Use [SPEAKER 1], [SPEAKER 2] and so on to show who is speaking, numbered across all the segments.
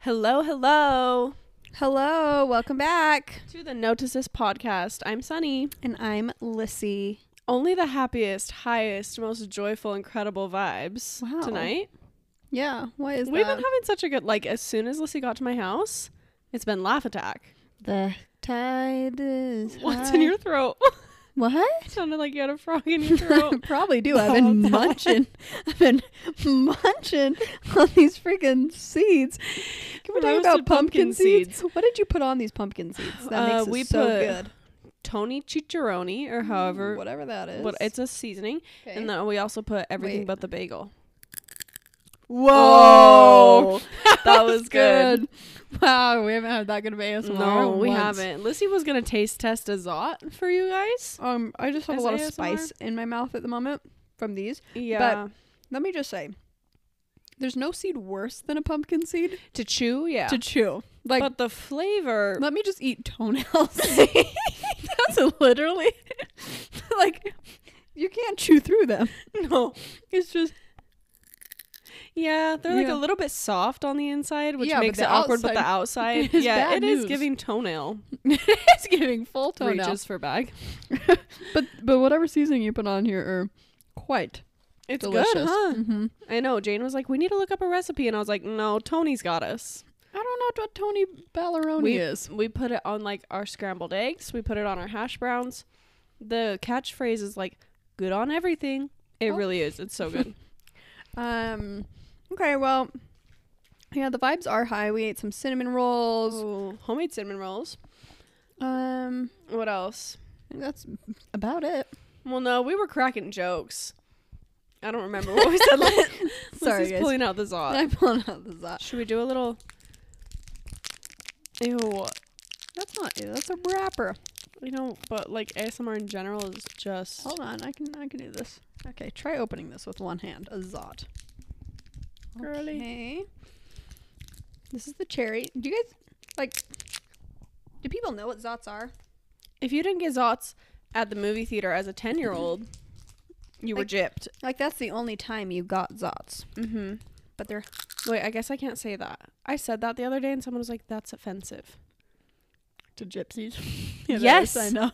[SPEAKER 1] Hello, hello
[SPEAKER 2] Hello, welcome back.
[SPEAKER 1] to the Notices podcast. I'm Sunny.
[SPEAKER 2] And I'm Lissy.
[SPEAKER 1] Only the happiest, highest, most joyful, incredible vibes
[SPEAKER 2] Wow.
[SPEAKER 1] tonight.
[SPEAKER 2] Yeah, what is
[SPEAKER 1] We've been
[SPEAKER 2] that?
[SPEAKER 1] having such a good like. As soon as Lissy got to my house, it's been laugh attack.
[SPEAKER 2] the tide is
[SPEAKER 1] What's
[SPEAKER 2] high.
[SPEAKER 1] in your throat?
[SPEAKER 2] What?
[SPEAKER 1] Sounded like you had a frog in your throat.
[SPEAKER 2] Probably do. I've been
[SPEAKER 1] Oh, that
[SPEAKER 2] munching. I've been munching on these freaking seeds. Can we talk
[SPEAKER 1] Roasted
[SPEAKER 2] about pumpkin,
[SPEAKER 1] pumpkin
[SPEAKER 2] seeds? What did you put on these pumpkin seeds? That
[SPEAKER 1] Uh,
[SPEAKER 2] makes it
[SPEAKER 1] we
[SPEAKER 2] so
[SPEAKER 1] put-
[SPEAKER 2] good.
[SPEAKER 1] Tony Chicharoni, or however,
[SPEAKER 2] whatever that Mm, is.
[SPEAKER 1] what it's a seasoning,
[SPEAKER 2] okay.
[SPEAKER 1] and then we also put everything
[SPEAKER 2] Wait.
[SPEAKER 1] but the bagel. Oh,
[SPEAKER 2] Whoa,
[SPEAKER 1] that was good.
[SPEAKER 2] Wow, we haven't had that good of ASMR.
[SPEAKER 1] No, we
[SPEAKER 2] once.
[SPEAKER 1] haven't. Lissy was gonna taste test a zot for you guys.
[SPEAKER 2] Um, I just have
[SPEAKER 1] Is
[SPEAKER 2] a lot of
[SPEAKER 1] ASMR?
[SPEAKER 2] spice in my mouth at the moment from these.
[SPEAKER 1] Yeah,
[SPEAKER 2] Let me just say, there's no seed worse than a pumpkin seed
[SPEAKER 1] to chew. Yeah,
[SPEAKER 2] to chew. Like,
[SPEAKER 1] but the flavor.
[SPEAKER 2] let me just eat toenails. That's literally like you can't chew through them.
[SPEAKER 1] No, it's just. Yeah, they're like
[SPEAKER 2] Yeah.
[SPEAKER 1] a little bit soft on the inside, which
[SPEAKER 2] Yeah, but
[SPEAKER 1] makes it
[SPEAKER 2] the
[SPEAKER 1] awkward. But the
[SPEAKER 2] outside
[SPEAKER 1] outside,
[SPEAKER 2] is
[SPEAKER 1] yeah,
[SPEAKER 2] bad
[SPEAKER 1] it is
[SPEAKER 2] news.
[SPEAKER 1] giving toenail,
[SPEAKER 2] it's giving full
[SPEAKER 1] reaches for bag.
[SPEAKER 2] But but whatever seasoning you put on here are quite
[SPEAKER 1] It's
[SPEAKER 2] delicious.
[SPEAKER 1] good, huh?
[SPEAKER 2] mm-hmm.
[SPEAKER 1] I know. Jane was like, "We need to look up a recipe," and I was like, "No, Tony's got us."
[SPEAKER 2] I don't know what Tony Ballaroni
[SPEAKER 1] We-
[SPEAKER 2] is.
[SPEAKER 1] We put it on like our scrambled eggs. We put it on our hash browns. The catchphrase is like, "Good on everything." It
[SPEAKER 2] Oh.
[SPEAKER 1] really is. It's so good.
[SPEAKER 2] Um. Okay. Well. Yeah, the vibes are high. We ate some cinnamon rolls.
[SPEAKER 1] Ooh, homemade cinnamon rolls.
[SPEAKER 2] Um.
[SPEAKER 1] What else?
[SPEAKER 2] I think that's about it.
[SPEAKER 1] Well, no, we were cracking jokes. I don't remember what we said. last.
[SPEAKER 2] Sorry,
[SPEAKER 1] Sorry,
[SPEAKER 2] guys.
[SPEAKER 1] pulling out the zot.
[SPEAKER 2] I'm pulling out the zot.
[SPEAKER 1] Should we do a little? Ew,
[SPEAKER 2] That's not it. That's a wrapper.
[SPEAKER 1] you know, but like ASMR in general is just.
[SPEAKER 2] Hold on, I can I can do this. Okay, try opening this with one hand. A zot.
[SPEAKER 1] Girly.
[SPEAKER 2] Okay. This is the cherry. Do you guys like? Do people know what zots are?
[SPEAKER 1] If you didn't get zots at the movie theater as a ten-year-old, you were
[SPEAKER 2] Like-
[SPEAKER 1] gypped.
[SPEAKER 2] Like that's the only time you got zots,
[SPEAKER 1] Mm-hmm.
[SPEAKER 2] but they're
[SPEAKER 1] Wait, I guess I can't say that. I said that the other day, and someone was like, "That's offensive."
[SPEAKER 2] to gypsies.
[SPEAKER 1] It is, I
[SPEAKER 2] I know.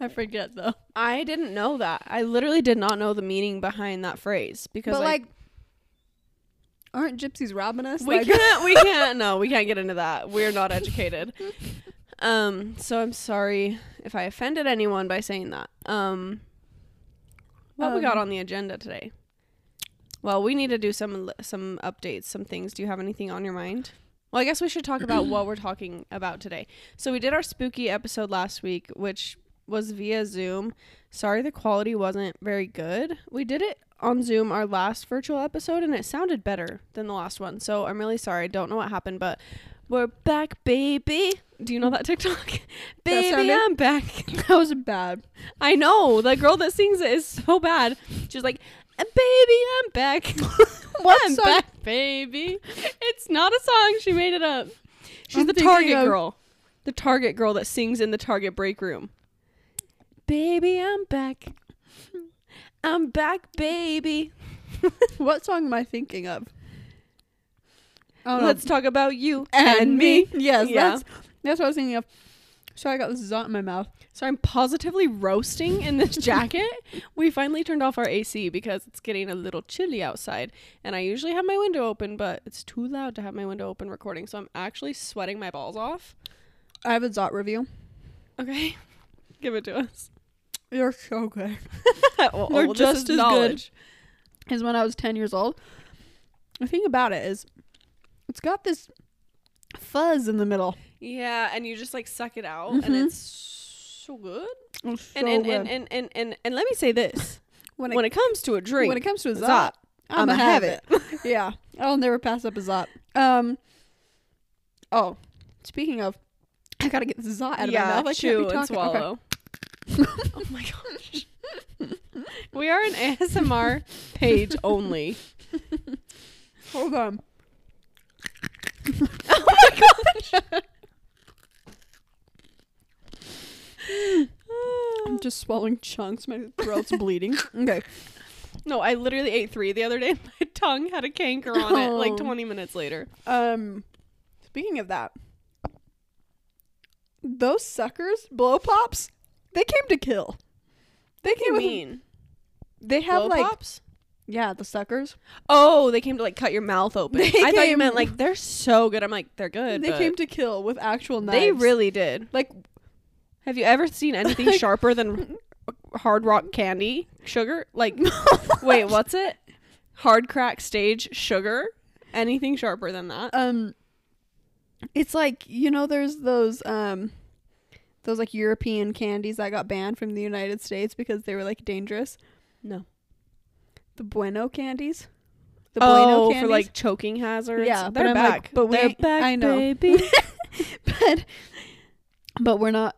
[SPEAKER 2] I forget though.
[SPEAKER 1] I didn't know that. I literally did not know the meaning behind that phrase because,
[SPEAKER 2] But
[SPEAKER 1] like,
[SPEAKER 2] like, aren't gypsies robbing us?
[SPEAKER 1] we
[SPEAKER 2] Like-
[SPEAKER 1] can't we can't no we can't get into that we're not educated um so i'm sorry if i offended anyone by saying that um what we got
[SPEAKER 2] Um,
[SPEAKER 1] on the agenda today well we need to do some li- some updates some things do you have anything on your mind well i guess we should talk about what we're talking about today so we did our spooky episode last week which was via zoom sorry the quality wasn't very good we did it on Zoom our last virtual episode and it sounded better than the last one. So I'm really sorry. I don't know what happened, but we're back, baby. Do you know that TikTok? baby,
[SPEAKER 2] sounded-
[SPEAKER 1] I'm back.
[SPEAKER 2] that was bad.
[SPEAKER 1] I know. The girl that sings it is so bad. She's like, "Uh, baby, I'm back.
[SPEAKER 2] What
[SPEAKER 1] I'm
[SPEAKER 2] song-
[SPEAKER 1] back, baby. It's not a song. She made it up. She's
[SPEAKER 2] I'm
[SPEAKER 1] the
[SPEAKER 2] thinking
[SPEAKER 1] Target
[SPEAKER 2] of-
[SPEAKER 1] girl. The Target girl that sings in the Target break room. Baby, I'm back. I'm back, baby.
[SPEAKER 2] What song am I thinking of? Oh, no.
[SPEAKER 1] Let's talk about you and me.
[SPEAKER 2] Yes,
[SPEAKER 1] Yeah.
[SPEAKER 2] that's that's what I was thinking of. So I got this zot in my mouth.
[SPEAKER 1] So I'm positively roasting in this jacket. we finally turned off our AC because it's getting a little chilly outside. And I usually have my window open, but it's too loud to have my window open recording. So I'm actually sweating my balls off.
[SPEAKER 2] I have a zot review.
[SPEAKER 1] Okay. Give it to us.
[SPEAKER 2] You're so good.
[SPEAKER 1] well, oh,
[SPEAKER 2] They're
[SPEAKER 1] this
[SPEAKER 2] just
[SPEAKER 1] is
[SPEAKER 2] as good.
[SPEAKER 1] knowledge.
[SPEAKER 2] Is when I was ten years old. The thing about it is, it's got this fuzz in the middle.
[SPEAKER 1] Yeah, and you just like suck it out and
[SPEAKER 2] Mhm.
[SPEAKER 1] it's so good.
[SPEAKER 2] It's so
[SPEAKER 1] And and,
[SPEAKER 2] good.
[SPEAKER 1] and, and, and and and let me say this.
[SPEAKER 2] when
[SPEAKER 1] when,
[SPEAKER 2] it,
[SPEAKER 1] it comes to a drink,
[SPEAKER 2] when it comes to a
[SPEAKER 1] Zot,
[SPEAKER 2] zot, I'ma have it. yeah, I'll never pass up a zot. Um. Oh, speaking of, I gotta get the zot out of
[SPEAKER 1] yeah,
[SPEAKER 2] my mouth. I
[SPEAKER 1] chew
[SPEAKER 2] can't be
[SPEAKER 1] and
[SPEAKER 2] talking. Okay.
[SPEAKER 1] swallow. oh my gosh. we are an ASMR page only.
[SPEAKER 2] Hold on. I'm just swallowing chunks. My throat's bleeding. Okay.
[SPEAKER 1] no, I literally ate three the other day. My tongue had a canker on it like
[SPEAKER 2] Oh.
[SPEAKER 1] 20 minutes later.
[SPEAKER 2] Um, speaking of that, those suckers, blow pops, they came to kill. They
[SPEAKER 1] What do you
[SPEAKER 2] came with.
[SPEAKER 1] mean?
[SPEAKER 2] They have
[SPEAKER 1] Blow
[SPEAKER 2] like
[SPEAKER 1] pops?
[SPEAKER 2] yeah, the suckers.
[SPEAKER 1] Oh, they came to like cut your mouth open. I
[SPEAKER 2] They
[SPEAKER 1] thought you
[SPEAKER 2] came-
[SPEAKER 1] meant like they're so good. I'm like they're good.
[SPEAKER 2] they
[SPEAKER 1] but
[SPEAKER 2] came to kill with actual knives.
[SPEAKER 1] They really did.
[SPEAKER 2] like
[SPEAKER 1] Have you ever seen anything sharper than hard rock candy sugar? Like wait, what's it? Hard crack stage sugar? Anything sharper than that?
[SPEAKER 2] um it's like you know there's those um those like european candies that got banned from the united states because they were like dangerous
[SPEAKER 1] No.
[SPEAKER 2] the bueno candies the
[SPEAKER 1] oh, for like choking hazards.
[SPEAKER 2] Yeah, but
[SPEAKER 1] they're
[SPEAKER 2] I'm
[SPEAKER 1] back.
[SPEAKER 2] like, but we
[SPEAKER 1] they're
[SPEAKER 2] ain't-
[SPEAKER 1] back,
[SPEAKER 2] I know.
[SPEAKER 1] baby.
[SPEAKER 2] but but we're not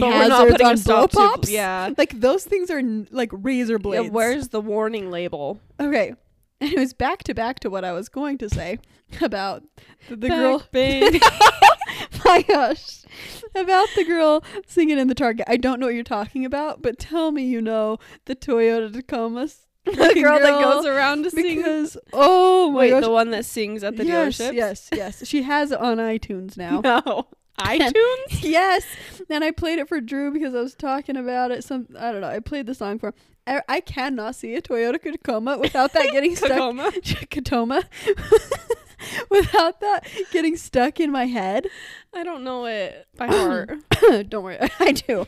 [SPEAKER 1] But we're
[SPEAKER 2] hazards
[SPEAKER 1] not putting a
[SPEAKER 2] on blow
[SPEAKER 1] stop to-
[SPEAKER 2] pops
[SPEAKER 1] yeah.
[SPEAKER 2] like those things are n- like razor
[SPEAKER 1] Yeah,
[SPEAKER 2] blades
[SPEAKER 1] where's the warning label?
[SPEAKER 2] okay and it was back to back to what i was going to say about the, the
[SPEAKER 1] Back,
[SPEAKER 2] girl
[SPEAKER 1] baby.
[SPEAKER 2] my gosh. About the girl singing in the Target. I don't know what you're talking about, but tell me you know the Toyota Tacoma. s-
[SPEAKER 1] the girl, that
[SPEAKER 2] girl,
[SPEAKER 1] goes around to sing.
[SPEAKER 2] Because, oh my
[SPEAKER 1] Wait,
[SPEAKER 2] gosh.
[SPEAKER 1] the one that sings at the
[SPEAKER 2] yes,
[SPEAKER 1] dealership?
[SPEAKER 2] yes, yes. She has it on iTunes now.
[SPEAKER 1] No. iTunes?
[SPEAKER 2] yes. And I played it for Drew because I was talking about it. Some I don't know. I played the song for him. I, I cannot see a Toyota Tacoma without that getting stuck.
[SPEAKER 1] Tacoma.
[SPEAKER 2] Tacoma. without that getting stuck in my head.
[SPEAKER 1] I don't know it by heart.
[SPEAKER 2] Don't worry, I do.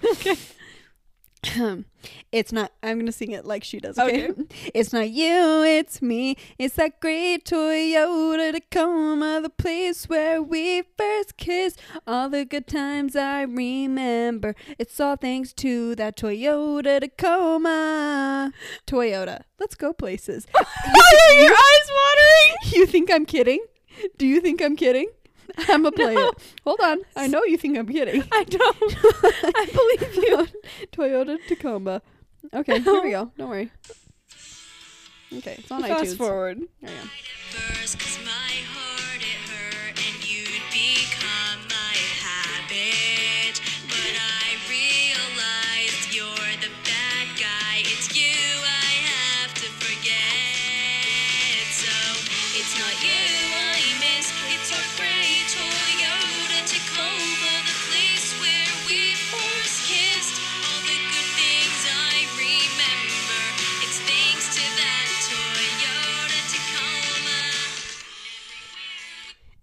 [SPEAKER 2] Um, it's not. I'm gonna sing it like she does. Okay. It's not you, it's me. It's that great Toyota Tacoma, the place where we first kissed. All the good times I remember. It's all thanks to that Toyota Tacoma. Toyota, let's go places. you, your eyes watering. You think I'm kidding? Do you think I'm kidding? I'm a player.
[SPEAKER 1] No.
[SPEAKER 2] Hold on. I know you think I'm kidding.
[SPEAKER 1] I don't.
[SPEAKER 2] I believe you. Toyota Tacoma. Okay, here we go. Don't worry. Okay, it's on
[SPEAKER 1] Fast
[SPEAKER 2] iTunes.
[SPEAKER 1] forward.
[SPEAKER 2] There we go.
[SPEAKER 3] First, 'cause my heart it hurt, and you'd become my habit. But I realized you're the bad guy. It's you I have to forget. So it's not you I miss. It's our gray Toyota Tacoma, the place where we first kissed. All the good things I remember. It's thanks to that Toyota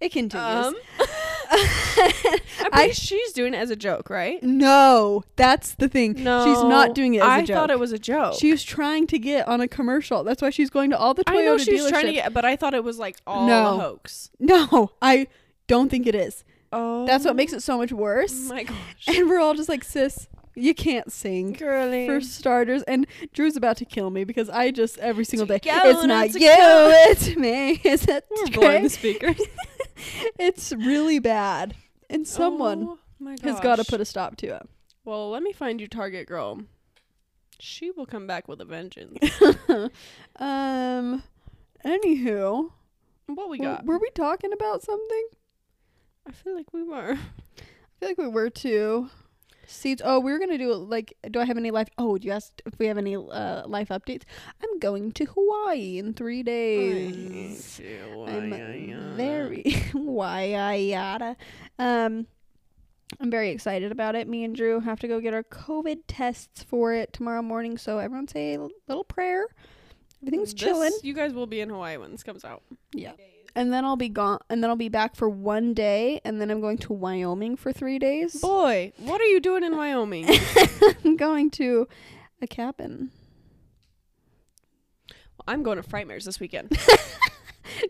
[SPEAKER 3] Tacoma.
[SPEAKER 2] It continues.
[SPEAKER 1] Um, I bet
[SPEAKER 2] I
[SPEAKER 1] she's doing it as a joke, right?
[SPEAKER 2] no, that's the thing.
[SPEAKER 1] No.
[SPEAKER 2] she's not doing it as a
[SPEAKER 1] I
[SPEAKER 2] joke.
[SPEAKER 1] thought it was a joke.
[SPEAKER 2] She was trying to get on a commercial. That's why she's going to all the Toyota
[SPEAKER 1] I know she's
[SPEAKER 2] dealerships.
[SPEAKER 1] trying to get, but I thought it was like all
[SPEAKER 2] No.
[SPEAKER 1] a hoax.
[SPEAKER 2] no, I don't think it is.
[SPEAKER 1] Oh,
[SPEAKER 2] That's what makes it so much worse.
[SPEAKER 1] my gosh,
[SPEAKER 2] and we're all just like, sis, you can't sing.
[SPEAKER 1] girly.
[SPEAKER 2] for starters. And Drew's about to kill me because I just every single day.
[SPEAKER 1] Together
[SPEAKER 2] It's not
[SPEAKER 1] to
[SPEAKER 2] you,
[SPEAKER 1] go."
[SPEAKER 2] it's me. Is it
[SPEAKER 1] We're blowing the
[SPEAKER 2] great?
[SPEAKER 1] speakers.
[SPEAKER 2] It's really bad, and someone
[SPEAKER 1] Oh my
[SPEAKER 2] has got to
[SPEAKER 1] gosh.
[SPEAKER 2] put a stop to
[SPEAKER 1] Well, let me find you Target girl. She will come back with a vengeance.
[SPEAKER 2] it. um. Anywho,
[SPEAKER 1] What we
[SPEAKER 2] w-
[SPEAKER 1] got?
[SPEAKER 2] were we talking about something?
[SPEAKER 1] I feel like we were.
[SPEAKER 2] I feel like we were too. Seats. Oh, we were gonna do like. Do I have any life? Oh, you asked if we have any uh, life updates. I'm going to Hawaii in three days. I'm very why I yada. Um, I'm very excited about it. Me and Drew have to go get our COVID tests for it tomorrow morning. So everyone say a little prayer. Everything's chilling.
[SPEAKER 1] This- You guys will be in Hawaii when this comes out.
[SPEAKER 2] Yeah. And then I'll be gone. And then I'll be back for one day. And then I'm going to Wyoming for three days.
[SPEAKER 1] Boy, what are you doing in Wyoming?
[SPEAKER 2] I'm going to a cabin.
[SPEAKER 1] I'm going to Frightmares this weekend.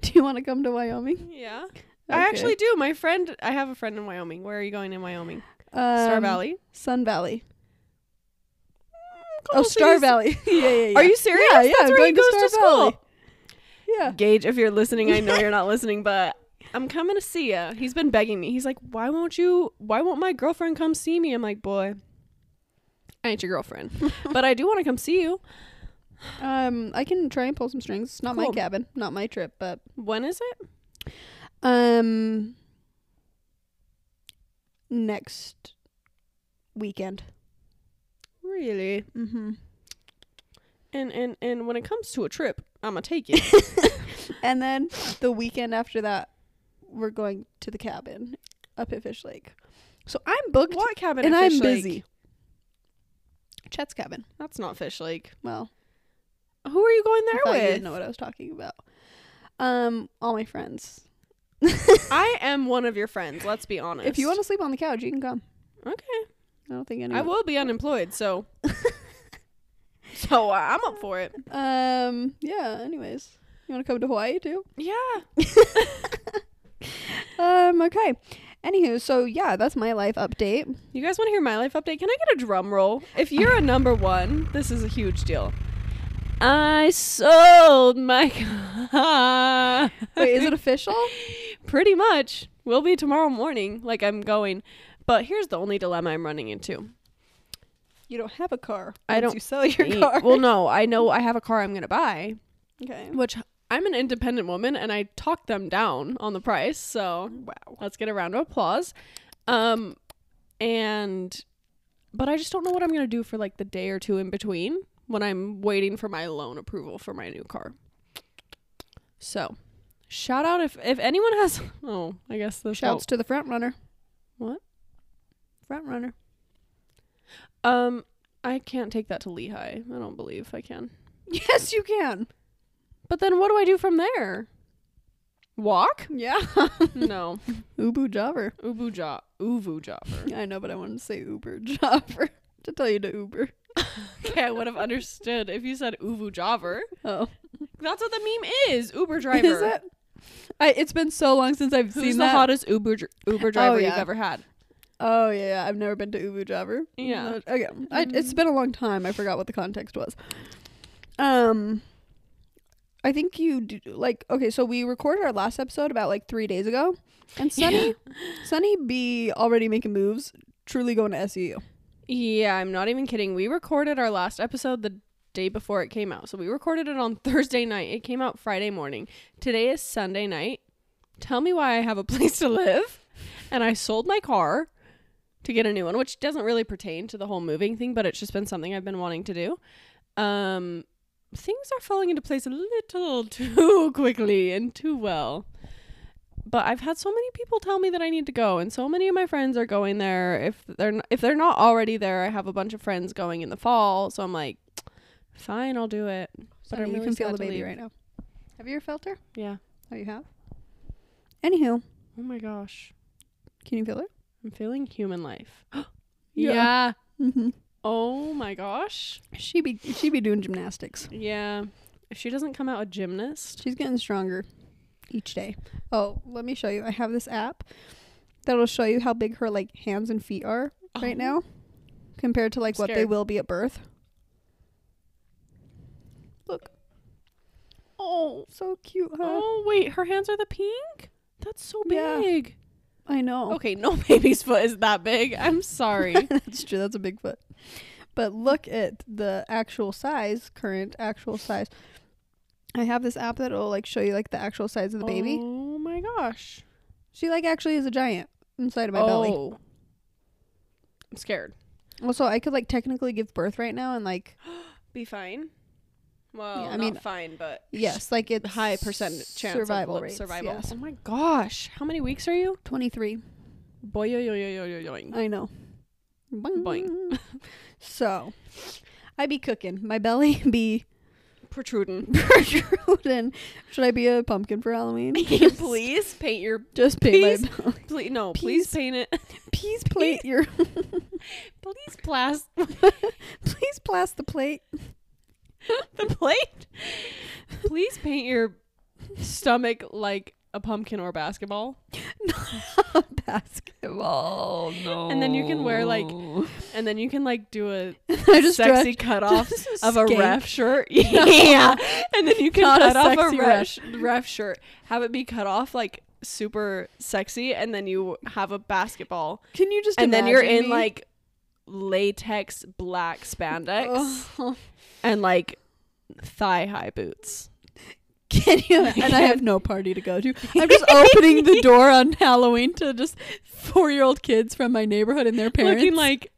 [SPEAKER 2] Do you want to come to Wyoming?
[SPEAKER 1] yeah. I actually do. My friend, I have a friend in Wyoming. Where are you going in Wyoming? Star
[SPEAKER 2] Um,
[SPEAKER 1] Valley?
[SPEAKER 2] Sun Valley. Oh,
[SPEAKER 1] Close to
[SPEAKER 2] Star
[SPEAKER 1] Oh, you-
[SPEAKER 2] Valley. yeah, yeah, yeah.
[SPEAKER 1] Are you serious?
[SPEAKER 2] Yeah, yeah.
[SPEAKER 1] That's
[SPEAKER 2] I'm
[SPEAKER 1] where he
[SPEAKER 2] going to
[SPEAKER 1] goes to
[SPEAKER 2] Star Valley.
[SPEAKER 1] school.
[SPEAKER 2] Yeah.
[SPEAKER 1] Gage, if you're listening, I know you're not listening, but I'm coming to see ya. He's been begging me. He's like, "Why won't you? Why won't my girlfriend come see me?" I'm like, "Boy, I ain't your girlfriend, but I do want to come see you."
[SPEAKER 2] Um, I can try and pull some strings. It's not
[SPEAKER 1] Cool.
[SPEAKER 2] my cabin, not my trip, but
[SPEAKER 1] When is it?
[SPEAKER 2] um, next weekend.
[SPEAKER 1] Really?
[SPEAKER 2] Mm-hmm.
[SPEAKER 1] and and and when it comes to a trip, I'ma take it.
[SPEAKER 2] And then the weekend after that, we're going to the cabin up at Fish Lake. So I'm booked
[SPEAKER 1] what cabin?
[SPEAKER 2] and
[SPEAKER 1] at
[SPEAKER 2] I'm
[SPEAKER 1] Fish Lake?
[SPEAKER 2] busy. Chet's cabin.
[SPEAKER 1] That's not Fish Lake.
[SPEAKER 2] Well,
[SPEAKER 1] Who are you going
[SPEAKER 2] I
[SPEAKER 1] there
[SPEAKER 2] thought you
[SPEAKER 1] with?
[SPEAKER 2] didn't know what I was talking about. Um, all my friends.
[SPEAKER 1] I am one of your friends. Let's be honest.
[SPEAKER 2] If you want to sleep on the couch, you can come.
[SPEAKER 1] okay,
[SPEAKER 2] I don't think anyone.
[SPEAKER 1] I will be unemployed. So, so uh, I'm up for it.
[SPEAKER 2] Um. Yeah. Anyways, you want to come to Hawaii too?
[SPEAKER 1] Yeah.
[SPEAKER 2] Um. Okay. Anywho, so yeah, that's my life update.
[SPEAKER 1] You guys want to hear my life update? Can I get a drum roll? If you're a number one, this is a huge deal. I sold my car.
[SPEAKER 2] Wait, is it official?
[SPEAKER 1] Pretty much. Will be tomorrow morning. Like I'm going. But here's the only dilemma I'm running into.
[SPEAKER 2] You don't have a car.
[SPEAKER 1] I
[SPEAKER 2] once
[SPEAKER 1] don't
[SPEAKER 2] You sell your
[SPEAKER 1] Me-
[SPEAKER 2] car.
[SPEAKER 1] Well, no, I know I have a car I'm going to buy,
[SPEAKER 2] okay.
[SPEAKER 1] which I'm an independent woman and I talked them down on the price. So
[SPEAKER 2] Wow.
[SPEAKER 1] let's get a round of applause. Um, and but I just don't know what I'm going to do for like the day or two in between when I'm waiting for my loan approval for my new car. So, shout out if if anyone has. Oh, I guess this
[SPEAKER 2] Shouts to the front runner.
[SPEAKER 1] What?
[SPEAKER 2] Front runner.
[SPEAKER 1] Um, I can't take that to Lehigh. I don't believe I can.
[SPEAKER 2] Yes, you can.
[SPEAKER 1] But then what do I do from there? Walk?
[SPEAKER 2] Yeah.
[SPEAKER 1] No.
[SPEAKER 2] Ubu jobber.
[SPEAKER 1] Ubu jo- Uvu jobber.
[SPEAKER 2] I know, but I wanted to say Uber jobber to tell you to Uber.
[SPEAKER 1] Okay, I would have understood if you said Uvu jobber.
[SPEAKER 2] Oh,
[SPEAKER 1] That's what the meme is. Uber driver.
[SPEAKER 2] is it? I. It's been so long since I've
[SPEAKER 1] Who's
[SPEAKER 2] seen
[SPEAKER 1] the
[SPEAKER 2] that.
[SPEAKER 1] hottest Uber dr- Uber driver
[SPEAKER 2] yeah.
[SPEAKER 1] you've ever had?
[SPEAKER 2] Oh yeah, yeah, I've never been to Ubu Jobber.
[SPEAKER 1] Yeah. Mm-hmm.
[SPEAKER 2] Uh, Okay. I, it's been a long time. I forgot what the context was. Um, I think you do, like okay. So we recorded our last episode about like three days ago, and Sunny, Sunny B already making moves. Truly going to SEU.
[SPEAKER 1] Yeah, I'm not even kidding. We recorded our last episode the day before it came out. So we recorded it on Thursday night. It came out Friday morning. Today is Sunday night. Tell me why I have a place to live and I sold my car to get a new one, which doesn't really pertain to the whole moving thing, but it's just been something I've been wanting to do. Um things are falling into place a little too quickly and too well. But I've had so many people tell me that I need to go, and so many of my friends are going there. If they're n- if they're not already there, I have a bunch of friends going in the fall, so I'm like, fine, I'll do it.
[SPEAKER 2] But I
[SPEAKER 1] I'm
[SPEAKER 2] mean, you
[SPEAKER 1] really
[SPEAKER 2] can feel
[SPEAKER 1] sad
[SPEAKER 2] the
[SPEAKER 1] to
[SPEAKER 2] baby
[SPEAKER 1] leave.
[SPEAKER 2] right now. Have you ever felt her?
[SPEAKER 1] Yeah.
[SPEAKER 2] Oh, you have. Anywho,
[SPEAKER 1] Oh my gosh,
[SPEAKER 2] can you feel her?
[SPEAKER 1] I'm feeling human life.
[SPEAKER 2] Yeah.
[SPEAKER 1] yeah.
[SPEAKER 2] Mm-hmm.
[SPEAKER 1] Oh my gosh.
[SPEAKER 2] She be she be doing gymnastics.
[SPEAKER 1] Yeah. If she doesn't come out a gymnast,
[SPEAKER 2] She's getting stronger each day. Oh, let me show you. I have this app that'll show you how big her like hands and feet are right
[SPEAKER 1] Oh.
[SPEAKER 2] now compared to like what they
[SPEAKER 1] Scared.
[SPEAKER 2] will be at birth. Look. Oh, so cute, huh?
[SPEAKER 1] Oh wait, her hands are the pink. That's so
[SPEAKER 2] Yeah.
[SPEAKER 1] big.
[SPEAKER 2] I know.
[SPEAKER 1] Okay, no baby's foot is that big. I'm sorry.
[SPEAKER 2] That's true. That's a big foot. But look at the actual size, current actual size. I have this app that'll like show you like the actual size of the baby.
[SPEAKER 1] Oh my gosh.
[SPEAKER 2] She like actually is a giant inside of my
[SPEAKER 1] oh.
[SPEAKER 2] belly.
[SPEAKER 1] I'm scared.
[SPEAKER 2] Also, I could like technically give birth right now and like
[SPEAKER 1] Be fine. Well,
[SPEAKER 2] Yeah, I
[SPEAKER 1] I mean,
[SPEAKER 2] mean,
[SPEAKER 1] not fine, but
[SPEAKER 2] yes, like it's
[SPEAKER 1] high percent chance
[SPEAKER 2] survival
[SPEAKER 1] of li-
[SPEAKER 2] rates.
[SPEAKER 1] survival.
[SPEAKER 2] yes.
[SPEAKER 1] Oh my gosh. How many weeks are you?
[SPEAKER 2] Twenty three.
[SPEAKER 1] Boy, yo, yo, yo, yo, yo, yoing.
[SPEAKER 2] I know. Boing.
[SPEAKER 1] Boing.
[SPEAKER 2] so, I be cooking. My belly be
[SPEAKER 1] Protruding.
[SPEAKER 2] protruding. Should I be a pumpkin for Halloween?
[SPEAKER 1] please paint your.
[SPEAKER 2] Just paint
[SPEAKER 1] Please.
[SPEAKER 2] my belly.
[SPEAKER 1] Please, no,
[SPEAKER 2] Peace.
[SPEAKER 1] please paint it.
[SPEAKER 2] Please plate your.
[SPEAKER 1] Please plast
[SPEAKER 2] please blast the plate.
[SPEAKER 1] the plate. Please paint your stomach like a pumpkin or basketball.
[SPEAKER 2] Basketball. No.
[SPEAKER 1] And then you can wear, like, And then you can like do a
[SPEAKER 2] I just
[SPEAKER 1] sexy
[SPEAKER 2] dressed-
[SPEAKER 1] cutoff
[SPEAKER 2] just
[SPEAKER 1] of a
[SPEAKER 2] skank.
[SPEAKER 1] ref shirt. Yeah. and then you can
[SPEAKER 2] Not a
[SPEAKER 1] cut off a
[SPEAKER 2] sexy
[SPEAKER 1] ref, sh- ref shirt. Have it be cut off like super sexy and then you have a basketball.
[SPEAKER 2] Can you just?
[SPEAKER 1] and then you're
[SPEAKER 2] imagine
[SPEAKER 1] in
[SPEAKER 2] me?
[SPEAKER 1] like latex black spandex
[SPEAKER 2] Oh.
[SPEAKER 1] and like thigh high boots.
[SPEAKER 2] Can you? And I have no party to go to. I'm just opening the door on Halloween to just four year old kids from my neighborhood and their parents.
[SPEAKER 1] Looking like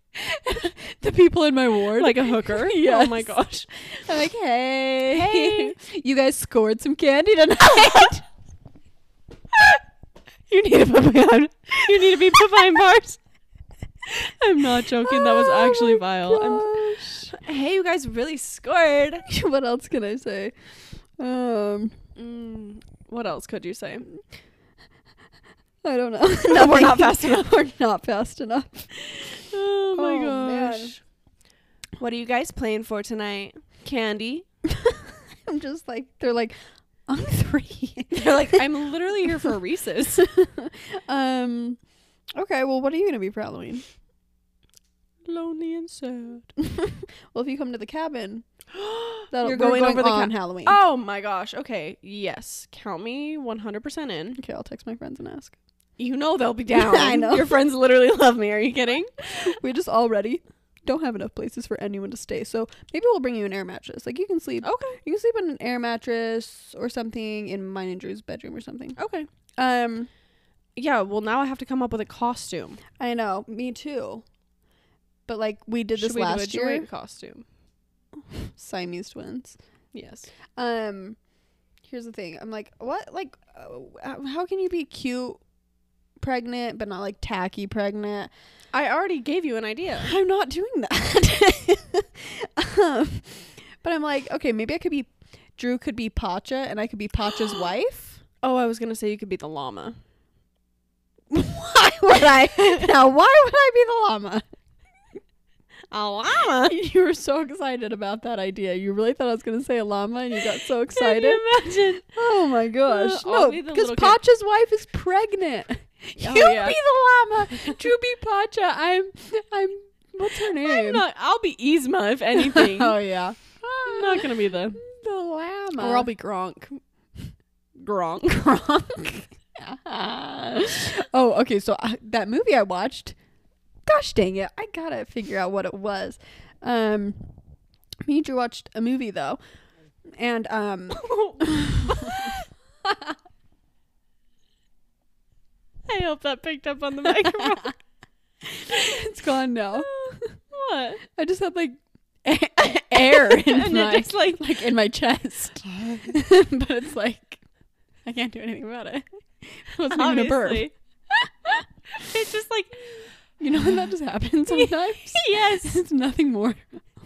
[SPEAKER 2] the people in my ward.
[SPEAKER 1] like a hooker.
[SPEAKER 2] Yes.
[SPEAKER 1] Oh my gosh.
[SPEAKER 2] I'm like, hey, you guys scored some candy tonight.
[SPEAKER 1] You need to put me on. You need to be put behind bars. I'm not joking. That was
[SPEAKER 2] Oh
[SPEAKER 1] actually
[SPEAKER 2] my
[SPEAKER 1] vile. I'm-
[SPEAKER 2] gosh.
[SPEAKER 1] hey, you guys really scored.
[SPEAKER 2] what else can I say? Um,
[SPEAKER 1] Mm, what else could you say?
[SPEAKER 2] I don't know.
[SPEAKER 1] No, we're not
[SPEAKER 2] Nothing.
[SPEAKER 1] fast enough.
[SPEAKER 2] We're not fast enough.
[SPEAKER 1] Oh my
[SPEAKER 2] Oh, man.
[SPEAKER 1] gosh. What are you guys playing for tonight? Candy.
[SPEAKER 2] I'm just like they're like on three.
[SPEAKER 1] They're like, I'm literally here for Reese's.
[SPEAKER 2] um, okay. Well, what are you gonna be for Halloween?
[SPEAKER 1] Lonely and sad.
[SPEAKER 2] Well, if you come to the cabin, that'll,
[SPEAKER 1] That'll, You're
[SPEAKER 2] we're
[SPEAKER 1] going, over the
[SPEAKER 2] on
[SPEAKER 1] ca-
[SPEAKER 2] Halloween.
[SPEAKER 1] Oh my gosh. Okay. Yes. Count me 100% in.
[SPEAKER 2] Okay, I'll text my friends and ask.
[SPEAKER 1] You know they'll be down.
[SPEAKER 2] I know.
[SPEAKER 1] Your friends literally love me. Are you kidding?
[SPEAKER 2] We just already don't have enough places for anyone to stay, so maybe we'll bring you an air mattress. Like you can sleep,
[SPEAKER 1] Okay.
[SPEAKER 2] you can sleep on an air mattress or something in mine and Drew's bedroom or something.
[SPEAKER 1] Okay.
[SPEAKER 2] Um,
[SPEAKER 1] Yeah, well now I have to come up with a costume.
[SPEAKER 2] I know, me too. But like we did this
[SPEAKER 1] Should we
[SPEAKER 2] last
[SPEAKER 1] do a joint
[SPEAKER 2] year,
[SPEAKER 1] costume?
[SPEAKER 2] Siamese twins.
[SPEAKER 1] Yes.
[SPEAKER 2] Um, here's the thing. I'm like, what? Like, uh, how can you be cute, pregnant, but not like tacky pregnant?
[SPEAKER 1] I already gave you an idea.
[SPEAKER 2] I'm not doing that. um, but I'm like, okay, maybe I could be. Drew could be Pacha, and I could be Pacha's wife.
[SPEAKER 1] Oh, I was gonna say you could be the llama.
[SPEAKER 2] why would I? Now, why would I be the llama?
[SPEAKER 1] A llama?
[SPEAKER 2] You were so excited about that idea. You really thought I was going to say a llama, and you got so
[SPEAKER 1] Can
[SPEAKER 2] excited.
[SPEAKER 1] you imagine?
[SPEAKER 2] Oh my gosh.
[SPEAKER 1] I'll
[SPEAKER 2] No,
[SPEAKER 1] be the
[SPEAKER 2] because
[SPEAKER 1] little kid. Oh,
[SPEAKER 2] Pacha's wife is pregnant. you
[SPEAKER 1] yeah.
[SPEAKER 2] be the llama. Drew be Pacha. I'm I'm what's her name?
[SPEAKER 1] I'm not, I'll be Yzma if anything.
[SPEAKER 2] oh yeah. Ah,
[SPEAKER 1] I'm not gonna be the.
[SPEAKER 2] The llama.
[SPEAKER 1] Or I'll be Gronk. Gronk.
[SPEAKER 2] drunk. oh, okay. So I, that movie I watched, gosh dang it, I gotta figure out what it was. Um, me and Drew watched a movie though, and um,
[SPEAKER 1] I hope that picked up on the microphone.
[SPEAKER 2] it's gone now.
[SPEAKER 1] what?
[SPEAKER 2] I just had like air in
[SPEAKER 1] and
[SPEAKER 2] my
[SPEAKER 1] it just like
[SPEAKER 2] like in my chest. but it's like I can't do anything about it. I wasn't even a burp.
[SPEAKER 1] obviously. it's just like
[SPEAKER 2] You know when that just happens sometimes?
[SPEAKER 1] yes.
[SPEAKER 2] it's nothing more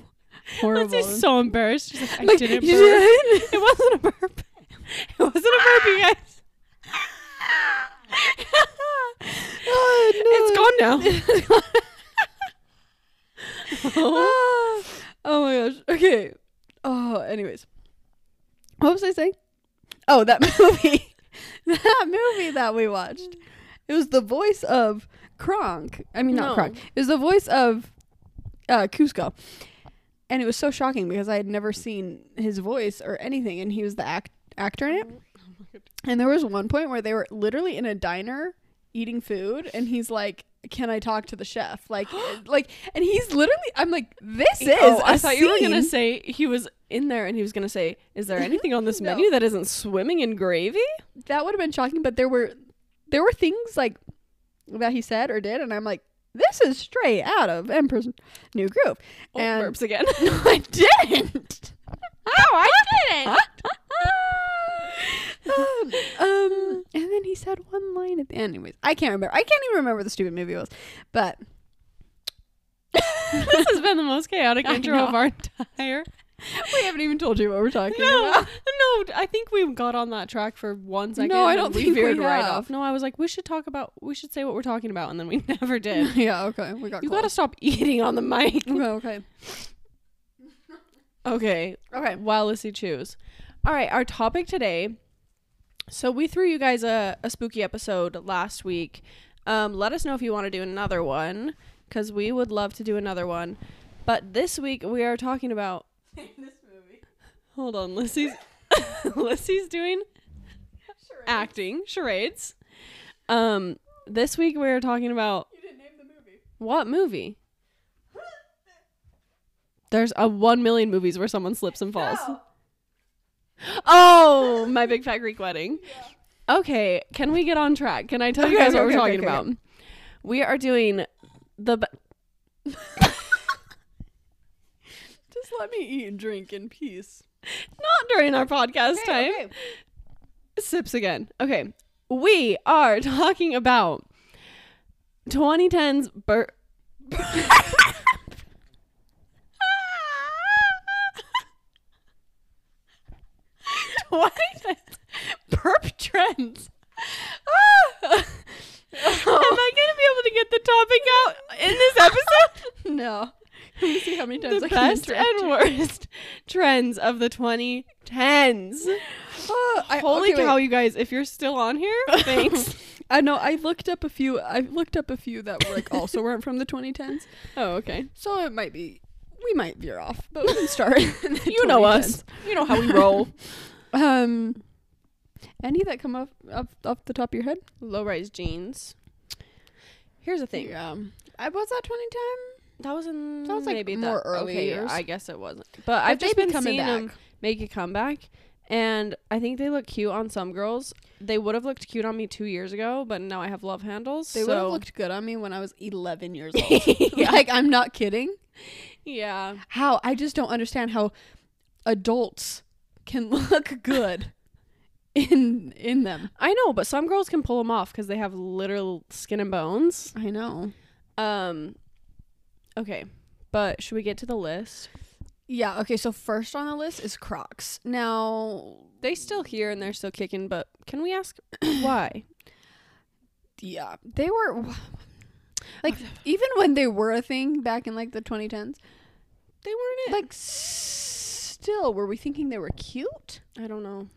[SPEAKER 2] horrible.
[SPEAKER 1] Lindsay's so embarrassed. She's like, I
[SPEAKER 2] Like,
[SPEAKER 1] didn't
[SPEAKER 2] you
[SPEAKER 1] burp.
[SPEAKER 2] did?
[SPEAKER 1] It wasn't a burp. It wasn't a burp, you
[SPEAKER 2] Ah!
[SPEAKER 1] guys. It's
[SPEAKER 2] oh,
[SPEAKER 1] gone now.
[SPEAKER 2] It's gone. oh. my gosh. Okay. Oh, anyways. What was I saying? Oh, that movie. that movie that we watched. It was the voice of Kronk. I mean, not
[SPEAKER 1] No.
[SPEAKER 2] Kronk. It was the voice of uh, Cusco. And it was so shocking because I had never seen his voice or anything. And he was the act- actor in
[SPEAKER 1] Oh,
[SPEAKER 2] it. And there was one point where they were literally in a diner eating food. And he's like, can I talk to the chef? Like, like, and he's literally, I'm like, this is.
[SPEAKER 1] Oh,
[SPEAKER 2] I
[SPEAKER 1] I thought you were gonna say he was in there and he was gonna say, "Is there anything on this
[SPEAKER 2] No.
[SPEAKER 1] menu that isn't swimming in gravy?"
[SPEAKER 2] that would have been shocking but there were there were things like that he said or did and i'm like this is straight out of emperor's new groove
[SPEAKER 1] Oh,
[SPEAKER 2] and
[SPEAKER 1] burps again.
[SPEAKER 2] no i didn't
[SPEAKER 1] oh, I didn't.
[SPEAKER 2] um, um, and then he said one line at the end anyways i can't remember i can't even remember what the stupid movie was but
[SPEAKER 1] this has been the most chaotic
[SPEAKER 2] I
[SPEAKER 1] intro of
[SPEAKER 2] know.
[SPEAKER 1] our entire.
[SPEAKER 2] we haven't even told you what we're talking
[SPEAKER 1] No,
[SPEAKER 2] about
[SPEAKER 1] no. I think we got on that track for one second.
[SPEAKER 2] No, I
[SPEAKER 1] and
[SPEAKER 2] don't
[SPEAKER 1] we
[SPEAKER 2] think we
[SPEAKER 1] veered right
[SPEAKER 2] have.
[SPEAKER 1] off. No, I was like, we should talk about, we should say what we're talking about, and then we never did.
[SPEAKER 2] yeah okay we got
[SPEAKER 1] you gotta stop eating on the mic.
[SPEAKER 2] close. okay
[SPEAKER 1] okay,
[SPEAKER 2] okay okay
[SPEAKER 1] Wow, Lissy choose. All right, our topic today. So we threw you guys a, a spooky episode last week. Um, let us know if you want to do another one because we would love to do another one. But this week we are talking about this movie. Hold on, Lissy's Lissy's doing acting charades. Um, this week we are talking about you didn't name the movie. What movie? There's a one million movies where someone slips and falls. Oh, my big fat Greek wedding. Okay, can we get on track? Can I tell you
[SPEAKER 2] Okay,
[SPEAKER 1] guys what
[SPEAKER 2] okay,
[SPEAKER 1] we're
[SPEAKER 2] okay,
[SPEAKER 1] talking
[SPEAKER 2] okay,
[SPEAKER 1] about? We are doing the b-
[SPEAKER 2] Just let me eat and drink in peace.
[SPEAKER 1] Not during our podcast time. Sips again. Okay. We are talking about 2010's birth.
[SPEAKER 2] Burp trends. Um,
[SPEAKER 1] Am I going to be able to get the topic out in this episode?
[SPEAKER 2] No. Let me see how many times
[SPEAKER 1] the
[SPEAKER 2] I can
[SPEAKER 1] best
[SPEAKER 2] interrupt
[SPEAKER 1] and
[SPEAKER 2] you.
[SPEAKER 1] worst trends of the 2010s.
[SPEAKER 2] Oh, I-
[SPEAKER 1] Holy
[SPEAKER 2] okay, wait.
[SPEAKER 1] cow, you guys! If you're still on here, thanks.
[SPEAKER 2] I know. I looked up a few. I looked up a few that were like also weren't from the 2010s.
[SPEAKER 1] oh, okay.
[SPEAKER 2] So it might be. We might veer off, but we can start. in the
[SPEAKER 1] You know us. You know how we roll.
[SPEAKER 2] 2010s. Um, any that come up up off the top of your head?
[SPEAKER 1] Low-rise jeans. Here's the thing.
[SPEAKER 2] Yeah. I was that 2010.
[SPEAKER 1] That was in
[SPEAKER 2] That was, like,
[SPEAKER 1] maybe
[SPEAKER 2] more
[SPEAKER 1] that,
[SPEAKER 2] early
[SPEAKER 1] okay,
[SPEAKER 2] years.
[SPEAKER 1] I guess it wasn't. But, I've
[SPEAKER 2] they
[SPEAKER 1] just been
[SPEAKER 2] be coming
[SPEAKER 1] seeing them
[SPEAKER 2] back.
[SPEAKER 1] make a comeback, and I think they look cute on some girls. They would have looked cute on me two years ago, but now I have love handles.
[SPEAKER 2] They
[SPEAKER 1] so
[SPEAKER 2] would have looked good on me when I was 11 years old. Like I'm not kidding.
[SPEAKER 1] yeah.
[SPEAKER 2] How I just don't understand how adults can look good in in them.
[SPEAKER 1] I know, but some girls can pull them off because they have literal skin and bones.
[SPEAKER 2] I know.
[SPEAKER 1] Um, okay, but should we get to the list?
[SPEAKER 2] Yeah. Okay. So first on the list is Crocs. Now,
[SPEAKER 1] They still here and they're still kicking, but can we ask why?
[SPEAKER 2] yeah, they were like even when they were a thing back in like the 2010s,
[SPEAKER 1] They weren't it.
[SPEAKER 2] like still were we thinking they were cute?
[SPEAKER 1] I don't know.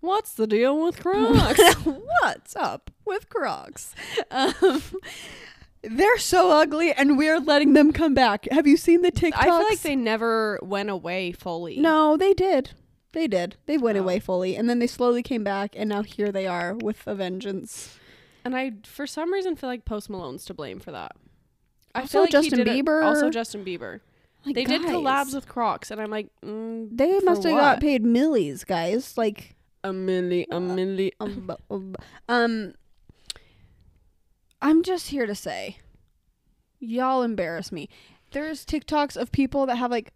[SPEAKER 1] What's the deal with Crocs?
[SPEAKER 2] What's up with Crocs? Um, they're so ugly, and we're letting them come back. Have you seen the TikToks?
[SPEAKER 1] I feel like they never went away fully.
[SPEAKER 2] No, they did. They did. They went
[SPEAKER 1] Oh.
[SPEAKER 2] away fully, and then they slowly came back, and now here they are with a vengeance.
[SPEAKER 1] and I for some reason feel like Post Malone's to blame for that. I
[SPEAKER 2] Also
[SPEAKER 1] feel like he
[SPEAKER 2] Justin
[SPEAKER 1] did it-
[SPEAKER 2] Bieber.
[SPEAKER 1] also Justin Bieber.
[SPEAKER 2] Like,
[SPEAKER 1] They did
[SPEAKER 2] guys.
[SPEAKER 1] collabs with Crocs, and I'm like, mm,
[SPEAKER 2] They
[SPEAKER 1] For
[SPEAKER 2] must have got
[SPEAKER 1] what?
[SPEAKER 2] paid millies, guys. Like,
[SPEAKER 1] a milli, a milli. uh,
[SPEAKER 2] um, bu- um, bu- um, I'm just here to say, y'all embarrass me. There's TikToks of people that have like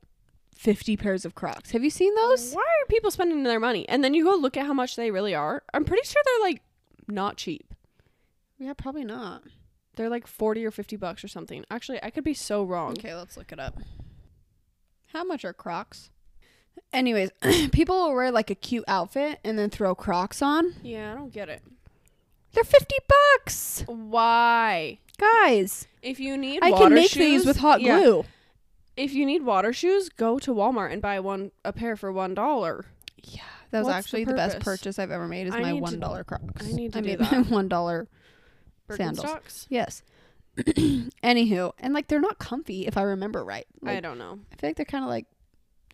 [SPEAKER 2] 50 pairs of Crocs. Have you seen those?
[SPEAKER 1] Why are people spending their money? And then you go look at how much they really are. I'm pretty sure they're like not cheap.
[SPEAKER 2] Yeah, probably not.
[SPEAKER 1] They're like 40 or 50 bucks or something. Actually, I could be so wrong.
[SPEAKER 2] Okay, let's look it up. How much are Crocs? Anyways, people will wear like a cute outfit and then throw Crocs on.
[SPEAKER 1] Yeah, I don't get it.
[SPEAKER 2] They're 50 bucks.
[SPEAKER 1] Why?
[SPEAKER 2] Guys,
[SPEAKER 1] If you need
[SPEAKER 2] I
[SPEAKER 1] water
[SPEAKER 2] can make
[SPEAKER 1] shoes,
[SPEAKER 2] these with hot
[SPEAKER 1] yeah.
[SPEAKER 2] glue.
[SPEAKER 1] If you need water shoes, go to Walmart and buy one a pair for one dollar.
[SPEAKER 2] Yeah, that was
[SPEAKER 1] What's the
[SPEAKER 2] actually the, best
[SPEAKER 1] purpose?
[SPEAKER 2] purchase I've ever made. Is
[SPEAKER 1] I
[SPEAKER 2] my
[SPEAKER 1] need to-
[SPEAKER 2] one dollar Crocs.
[SPEAKER 1] I need to do
[SPEAKER 2] mean,
[SPEAKER 1] that.
[SPEAKER 2] my one dollar. Sandals.
[SPEAKER 1] Birkenstocks?
[SPEAKER 2] Yes. Anywho, and like they're not comfy if I remember right. Like,
[SPEAKER 1] I don't know.
[SPEAKER 2] I feel like they're kind of like.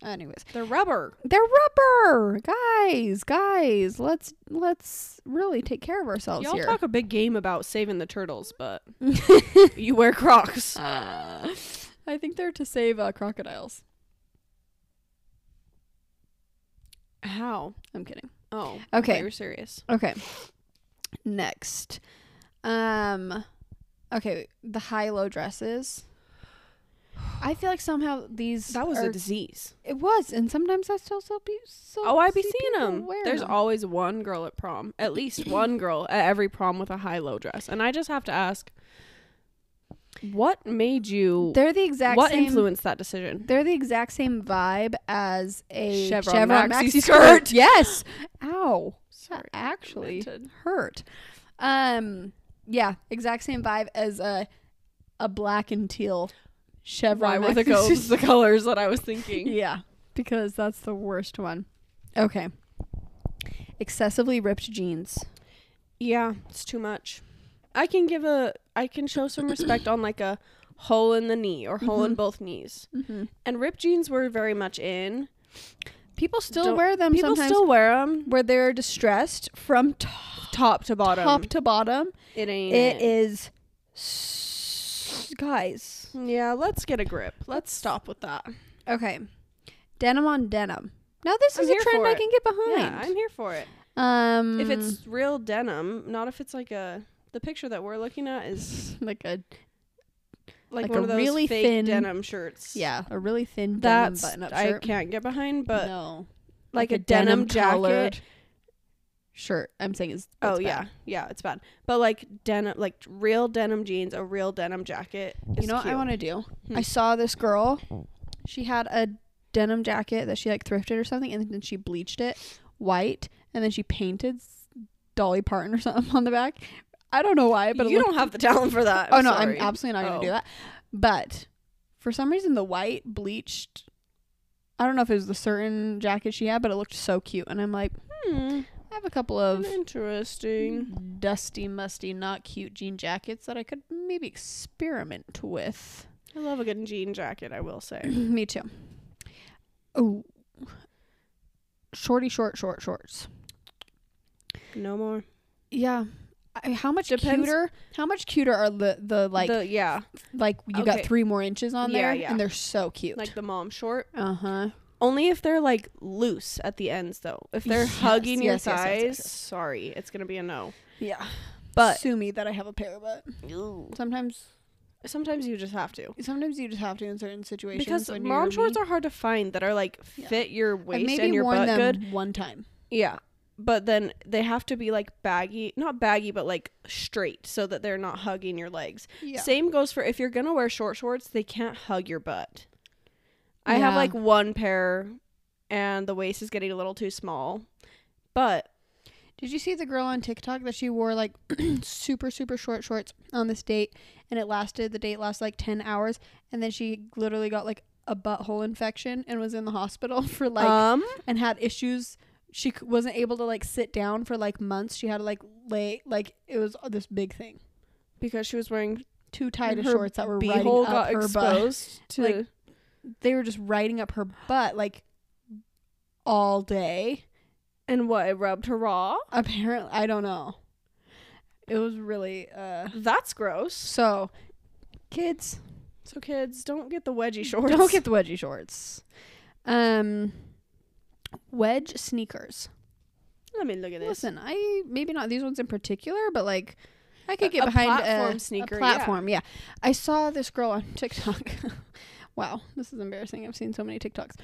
[SPEAKER 2] Anyways,
[SPEAKER 1] They're rubber.
[SPEAKER 2] they're rubber, guys. Guys, let's let's really take care of ourselves
[SPEAKER 1] Y'all
[SPEAKER 2] here.
[SPEAKER 1] talk a big game about saving the turtles, but you wear Crocs.
[SPEAKER 2] Uh, I think they're to save uh, crocodiles.
[SPEAKER 1] How?
[SPEAKER 2] I'm kidding.
[SPEAKER 1] Oh,
[SPEAKER 2] Okay.
[SPEAKER 1] You're serious.
[SPEAKER 2] Okay. Next. Um okay, the high low dresses. I feel like somehow these
[SPEAKER 1] That was
[SPEAKER 2] are-
[SPEAKER 1] a disease.
[SPEAKER 2] it was and sometimes I still so be so
[SPEAKER 1] Oh, I be
[SPEAKER 2] see
[SPEAKER 1] seeing
[SPEAKER 2] people
[SPEAKER 1] them.
[SPEAKER 2] wear
[SPEAKER 1] There's
[SPEAKER 2] them.
[SPEAKER 1] always one girl at prom, at least one girl at every prom with a high low dress, and I just have to ask, what made you?
[SPEAKER 2] They're the exact
[SPEAKER 1] what
[SPEAKER 2] same
[SPEAKER 1] influenced that decision?
[SPEAKER 2] They're the exact same vibe as a
[SPEAKER 1] Chevron
[SPEAKER 2] chevron,
[SPEAKER 1] maxi
[SPEAKER 2] maxi,
[SPEAKER 1] skirt.
[SPEAKER 2] skirt. Yes. Ow.
[SPEAKER 1] Sorry,
[SPEAKER 2] that actually
[SPEAKER 1] demented.
[SPEAKER 2] hurt. Um. Yeah. Exact same vibe as a a black and teal
[SPEAKER 1] Why
[SPEAKER 2] chevron.
[SPEAKER 1] were the
[SPEAKER 2] maxi skirt.
[SPEAKER 1] colors the colors that I was thinking?
[SPEAKER 2] Yeah, because that's the worst one. Okay. Excessively ripped jeans.
[SPEAKER 1] Yeah, it's too much. I can give a, I can show some respect on like a hole in the knee or hole
[SPEAKER 2] Mm-hmm.
[SPEAKER 1] in both knees, and ripped jeans were very much in.
[SPEAKER 2] People still
[SPEAKER 1] Don't-
[SPEAKER 2] wear them
[SPEAKER 1] People
[SPEAKER 2] sometimes
[SPEAKER 1] still wear them
[SPEAKER 2] where they're distressed from top,
[SPEAKER 1] top to bottom.
[SPEAKER 2] top to bottom.
[SPEAKER 1] it ain't.
[SPEAKER 2] It is s- guys.
[SPEAKER 1] Yeah, let's get a grip. Let's stop with that.
[SPEAKER 2] Okay. Denim on denim. Now this
[SPEAKER 1] I'm
[SPEAKER 2] is a
[SPEAKER 1] here
[SPEAKER 2] trend
[SPEAKER 1] for
[SPEAKER 2] I
[SPEAKER 1] it.
[SPEAKER 2] can get behind.
[SPEAKER 1] Yeah, I'm here for it.
[SPEAKER 2] um
[SPEAKER 1] If it's real denim, not if it's like a the picture that we're looking at is
[SPEAKER 2] like a
[SPEAKER 1] like,
[SPEAKER 2] Like
[SPEAKER 1] one
[SPEAKER 2] a
[SPEAKER 1] of those
[SPEAKER 2] really
[SPEAKER 1] fake
[SPEAKER 2] thin-
[SPEAKER 1] denim shirts.
[SPEAKER 2] Yeah, a really thin
[SPEAKER 1] that's
[SPEAKER 2] denim button-up
[SPEAKER 1] I
[SPEAKER 2] shirt.
[SPEAKER 1] can't get behind, but
[SPEAKER 2] no,
[SPEAKER 1] like, a, denim,
[SPEAKER 2] collared
[SPEAKER 1] jacket.
[SPEAKER 2] shirt. I'm saying is
[SPEAKER 1] Oh
[SPEAKER 2] it's bad.
[SPEAKER 1] yeah, yeah, it's bad. But like denim, like real denim jeans, a real denim jacket.
[SPEAKER 2] You know what I want to do?
[SPEAKER 1] Hmm.
[SPEAKER 2] I saw this girl. She had a denim jacket that she like thrifted or something, and then she bleached it white, and then she painted s- Dolly Parton or something on the back. I don't know why, but
[SPEAKER 1] But
[SPEAKER 2] it
[SPEAKER 1] you
[SPEAKER 2] looked-
[SPEAKER 1] don't have the talent for that.
[SPEAKER 2] oh no,
[SPEAKER 1] sorry.
[SPEAKER 2] I'm absolutely not gonna do
[SPEAKER 1] Oh.
[SPEAKER 2] that. But for some reason, the white bleached. I don't know if it was the certain jacket she had, but it looked so cute, and I'm like,
[SPEAKER 1] Hmm,
[SPEAKER 2] I have a couple of
[SPEAKER 1] interesting.
[SPEAKER 2] Mm-hmm. dusty, musty, not cute jean jackets that I could maybe experiment with.
[SPEAKER 1] I love a good jean jacket. I will say.
[SPEAKER 2] Me too. Oh, shorty, short, short shorts.
[SPEAKER 1] No more.
[SPEAKER 2] Yeah. I, how much
[SPEAKER 1] Depends-
[SPEAKER 2] cuter? How much cuter are the the like
[SPEAKER 1] the, yeah,
[SPEAKER 2] like you
[SPEAKER 1] Okay.
[SPEAKER 2] got three more inches on
[SPEAKER 1] Yeah,
[SPEAKER 2] there,
[SPEAKER 1] yeah.
[SPEAKER 2] and they're so cute.
[SPEAKER 1] like the mom short.
[SPEAKER 2] uh huh.
[SPEAKER 1] Only if they're like loose at the ends, though. If they're
[SPEAKER 2] Yes,
[SPEAKER 1] hugging your
[SPEAKER 2] yes, yes, yes,
[SPEAKER 1] thighs,
[SPEAKER 2] yes, yes.
[SPEAKER 1] sorry, it's gonna be a no.
[SPEAKER 2] Yeah.
[SPEAKER 1] But
[SPEAKER 2] sue me that I have a pair, but sometimes
[SPEAKER 1] sometimes you just have to
[SPEAKER 2] sometimes you just have to in certain situations
[SPEAKER 1] because mom shorts are hard to find that are like
[SPEAKER 2] Yeah.
[SPEAKER 1] fit your waist
[SPEAKER 2] maybe
[SPEAKER 1] and your
[SPEAKER 2] worn
[SPEAKER 1] butt
[SPEAKER 2] them
[SPEAKER 1] good.
[SPEAKER 2] one time.
[SPEAKER 1] Yeah. But then they have to be like baggy, not baggy, but like straight so that they're not hugging your legs.
[SPEAKER 2] Yeah.
[SPEAKER 1] Same goes for if you're going to wear short shorts, they can't hug your butt. I have
[SPEAKER 2] Yeah.
[SPEAKER 1] like one pair and the waist is getting a little too small. But
[SPEAKER 2] Did you see the girl on TikTok that she wore like super super short shorts on this date and it lasted the date lasted like 10 hours and then she literally got like a butthole infection and was in the hospital for like
[SPEAKER 1] um
[SPEAKER 2] and had issues she c- wasn't able to like sit down for like months she had to like lay like it was this big thing
[SPEAKER 1] because she was wearing
[SPEAKER 2] too tight of
[SPEAKER 1] her
[SPEAKER 2] shorts that were riding
[SPEAKER 1] beehole
[SPEAKER 2] up
[SPEAKER 1] got
[SPEAKER 2] her
[SPEAKER 1] exposed to
[SPEAKER 2] Like, butt they were just riding up her butt like all day
[SPEAKER 1] and what it rubbed her raw.
[SPEAKER 2] apparently i don't know it was really uh
[SPEAKER 1] That's gross.
[SPEAKER 2] so kids
[SPEAKER 1] So kids, don't get the wedgie shorts.
[SPEAKER 2] Don't get the wedgie shorts. Um, wedge sneakers.
[SPEAKER 1] Let me look at this.
[SPEAKER 2] Listen, I maybe not these ones in particular, but like I could
[SPEAKER 1] A-
[SPEAKER 2] get
[SPEAKER 1] a
[SPEAKER 2] behind
[SPEAKER 1] platform
[SPEAKER 2] a
[SPEAKER 1] sneaker,
[SPEAKER 2] A platform, yeah. I saw this girl on TikTok. wow, this is embarrassing. I've seen so many TikToks.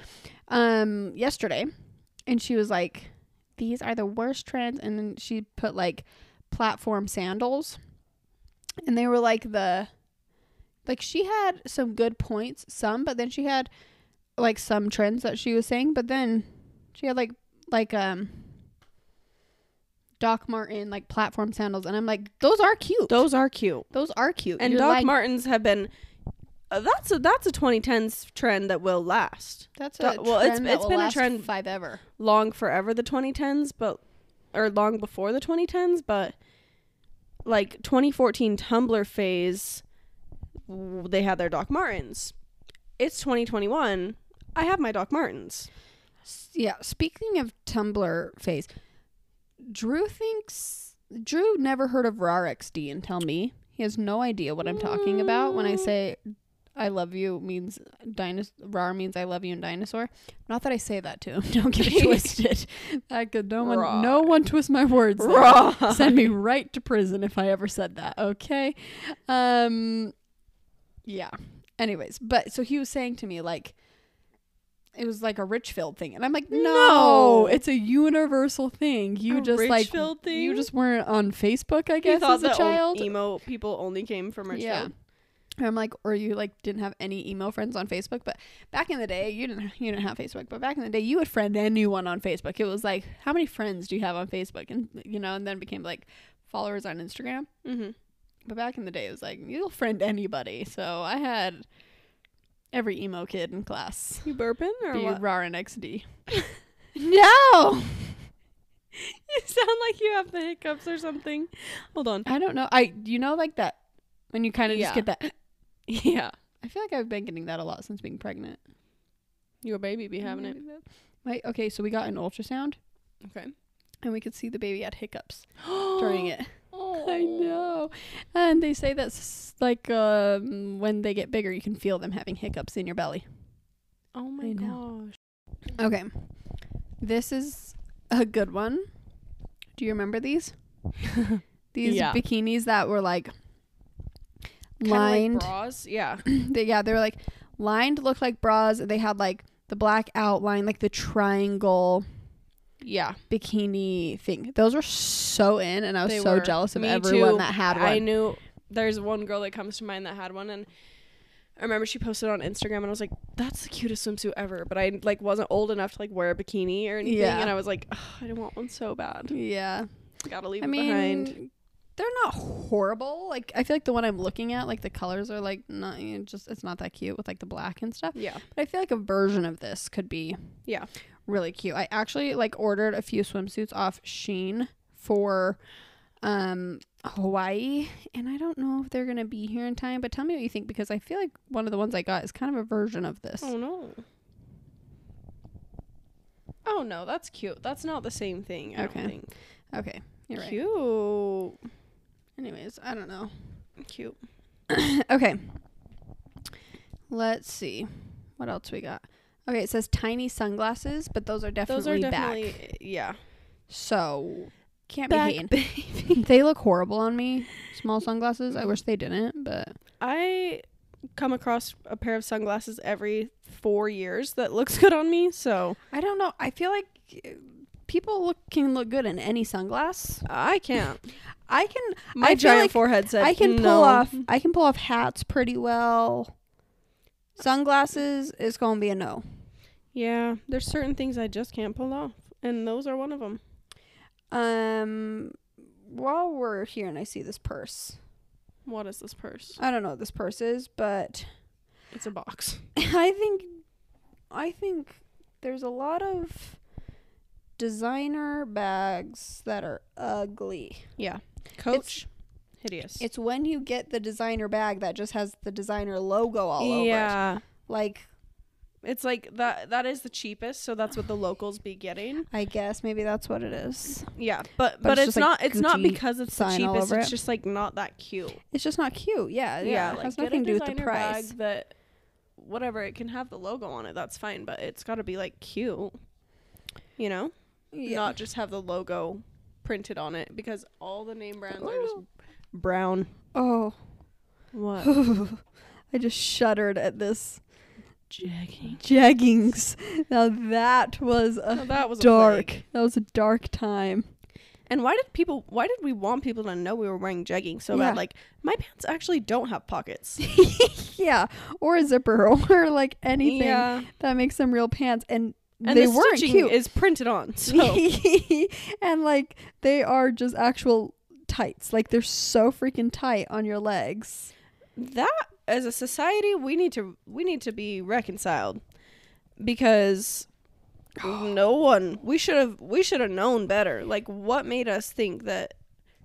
[SPEAKER 2] Um, yesterday, and she was like, "These are the worst trends," and then she put like platform sandals, and they were like the like she had some good points, some, but then she had like some trends that she was saying, but then she had like like um Doc Martin like platform sandals, and I'm like, those are cute.
[SPEAKER 1] Those are cute.
[SPEAKER 2] Those are cute.
[SPEAKER 1] and
[SPEAKER 2] You're
[SPEAKER 1] Doc
[SPEAKER 2] like,
[SPEAKER 1] Martens have been. Uh, that's a that's a 2010s trend that will last
[SPEAKER 2] That's a
[SPEAKER 1] Doc-
[SPEAKER 2] well, it's,
[SPEAKER 1] it's
[SPEAKER 2] been a trend five ever.
[SPEAKER 1] long forever. The 2010s, but or long before the 2010s, but like 2014 Tumblr phase, w- they had their Doc Martens. It's 2021. I have my Doc Martens.
[SPEAKER 2] S- Yeah. Speaking of Tumblr phase, Drew thinks Drew never heard of RarXD and tell me he has no idea what I'm talking about when I say I love you means dinosaur. Rar means I love you and dinosaur. Not that I say that to him. Don't get it twisted. That could no one no one twist my words. there.
[SPEAKER 1] Raw.
[SPEAKER 2] Send me right to prison if I ever said that. Okay. Um yeah. Anyways, but so he was saying to me like it was like a Richfield thing. And I'm like, "No,
[SPEAKER 1] No.
[SPEAKER 2] it's a universal thing. You
[SPEAKER 1] A
[SPEAKER 2] just
[SPEAKER 1] Richfield
[SPEAKER 2] like
[SPEAKER 1] thing?
[SPEAKER 2] you just weren't on Facebook, I
[SPEAKER 1] You
[SPEAKER 2] guess,
[SPEAKER 1] thought
[SPEAKER 2] as a
[SPEAKER 1] that
[SPEAKER 2] child."
[SPEAKER 1] old emo people only came from Richmond.
[SPEAKER 2] Yeah. And I'm like, or you like didn't have any email friends on Facebook, but back in the day, you didn't you didn't have Facebook, but back in the day, you would friend anyone on Facebook. It was like, how many friends do you have on Facebook? And you know, and then became like followers on Instagram.
[SPEAKER 1] Mm-hmm.
[SPEAKER 2] But back in the day, it was like you'll friend anybody. So I had every emo kid in class
[SPEAKER 1] You burping or
[SPEAKER 2] be
[SPEAKER 1] what?
[SPEAKER 2] RAR and XD. no,
[SPEAKER 1] You sound like you have the hiccups or something. Hold on.
[SPEAKER 2] I don't know. I you know like that when you kind of
[SPEAKER 1] Yeah.
[SPEAKER 2] just get that.
[SPEAKER 1] Yeah.
[SPEAKER 2] I feel like I've been getting that a lot since being pregnant.
[SPEAKER 1] Your baby be having it.
[SPEAKER 2] Wait, okay, so we got an ultrasound.
[SPEAKER 1] Okay.
[SPEAKER 2] and we could see the baby had hiccups during it. I
[SPEAKER 1] Aw.
[SPEAKER 2] know. And they say that's like um, when they get bigger, you can feel them having hiccups in your belly.
[SPEAKER 1] Oh my
[SPEAKER 2] I
[SPEAKER 1] gosh.
[SPEAKER 2] Okay. This is a good one. Do you remember these? these
[SPEAKER 1] Yeah.
[SPEAKER 2] bikinis that were like
[SPEAKER 1] Kinda
[SPEAKER 2] lined.
[SPEAKER 1] like bras. Yeah.
[SPEAKER 2] they, yeah, they were like lined, looked like bras. They had like the black outline, like the triangle
[SPEAKER 1] Yeah.
[SPEAKER 2] bikini thing. Those were so in, and I was
[SPEAKER 1] They
[SPEAKER 2] so
[SPEAKER 1] were.
[SPEAKER 2] jealous of
[SPEAKER 1] Me
[SPEAKER 2] everyone
[SPEAKER 1] too.
[SPEAKER 2] that had one.
[SPEAKER 1] I knew there's one girl that comes to mind that had one and I remember she posted on Instagram and I was like, That's the cutest swimsuit ever but I like wasn't old enough to like wear a bikini or anything
[SPEAKER 2] Yeah.
[SPEAKER 1] and I was like, "Ugh, I want one so bad.
[SPEAKER 2] yeah,
[SPEAKER 1] Gotta leave
[SPEAKER 2] I
[SPEAKER 1] it
[SPEAKER 2] mean,
[SPEAKER 1] behind.
[SPEAKER 2] they're not horrible. Like I feel like the one I'm looking at, like the colors are like not you know, just it's not that cute with like the black and stuff.
[SPEAKER 1] Yeah.
[SPEAKER 2] But I feel like a version of this could be
[SPEAKER 1] Yeah.
[SPEAKER 2] really cute. I actually like ordered a few swimsuits off Sheen for um Hawaii and I don't know if they're going to be here in time, but tell me what you think because I feel like one of the ones I got is kind of a version of this.
[SPEAKER 1] Oh no. Oh no, that's cute. That's not the same thing. I
[SPEAKER 2] Okay.
[SPEAKER 1] don't think.
[SPEAKER 2] Okay. You're right.
[SPEAKER 1] Cute.
[SPEAKER 2] Anyways, I don't know.
[SPEAKER 1] Cute.
[SPEAKER 2] okay. Let's see. What else we got? Okay, it says tiny sunglasses, but those are definitely,
[SPEAKER 1] Those are definitely
[SPEAKER 2] back.
[SPEAKER 1] yeah.
[SPEAKER 2] So can't
[SPEAKER 1] Back,
[SPEAKER 2] be hating. they look horrible on me. Small sunglasses. I wish they didn't, but
[SPEAKER 1] I come across a pair of sunglasses every four years that looks good on me. So
[SPEAKER 2] I don't know. I feel like uh, people look can look good in any sunglass.
[SPEAKER 1] I can't.
[SPEAKER 2] I can
[SPEAKER 1] My
[SPEAKER 2] I feel
[SPEAKER 1] giant
[SPEAKER 2] like
[SPEAKER 1] forehead said
[SPEAKER 2] I can pull
[SPEAKER 1] "No."
[SPEAKER 2] off I can pull off hats pretty well. Sunglasses is gonna be a no.
[SPEAKER 1] Yeah, there's certain things I just can't pull off, and those are one of them.
[SPEAKER 2] Um while we're here and I see this purse.
[SPEAKER 1] What is this purse?
[SPEAKER 2] I don't know what this purse is, but
[SPEAKER 1] It's a box.
[SPEAKER 2] I think I think there's a lot of designer bags that are ugly.
[SPEAKER 1] Yeah, Coach, hideous.
[SPEAKER 2] It's when you get the designer bag that just has the designer logo all over it.
[SPEAKER 1] yeah.
[SPEAKER 2] Like
[SPEAKER 1] It's like that. That is the cheapest, so that's what the locals be getting.
[SPEAKER 2] I guess maybe that's what it is.
[SPEAKER 1] Yeah, but but,
[SPEAKER 2] it's
[SPEAKER 1] it's,
[SPEAKER 2] just, like,
[SPEAKER 1] not. It's not
[SPEAKER 2] Gucci
[SPEAKER 1] because it's the
[SPEAKER 2] sign all
[SPEAKER 1] cheapest.
[SPEAKER 2] over
[SPEAKER 1] It's
[SPEAKER 2] it.
[SPEAKER 1] just like not that cute.
[SPEAKER 2] It's just not cute. Yeah, yeah. it
[SPEAKER 1] Uh, like,
[SPEAKER 2] has
[SPEAKER 1] get a
[SPEAKER 2] nothing to do with the
[SPEAKER 1] designer
[SPEAKER 2] price.
[SPEAKER 1] Bag that whatever it can have the logo on it. That's fine, but it's got to be like cute. You know,
[SPEAKER 2] Yeah.
[SPEAKER 1] not just have the logo printed on it because all the name brands are just brown.
[SPEAKER 2] oh,
[SPEAKER 1] What?
[SPEAKER 2] I just shuddered at this
[SPEAKER 1] Jackie.
[SPEAKER 2] jeggings. Now that was a
[SPEAKER 1] No, that was a
[SPEAKER 2] dark.
[SPEAKER 1] plague.
[SPEAKER 2] that was a dark time.
[SPEAKER 1] And why did people? Why did we want people to know we were wearing jegging so
[SPEAKER 2] Yeah.
[SPEAKER 1] bad? Like my pants actually don't have pockets.
[SPEAKER 2] yeah, or a zipper, or like anything that makes them real pants, and,
[SPEAKER 1] and
[SPEAKER 2] they
[SPEAKER 1] the
[SPEAKER 2] weren't
[SPEAKER 1] stitching
[SPEAKER 2] cute.
[SPEAKER 1] is printed on. So
[SPEAKER 2] and like they are just actual tights. Like they're so freaking tight on your legs.
[SPEAKER 1] that as a society we need to we need to be reconciled because no one we should have we should have known better. Like what made us think that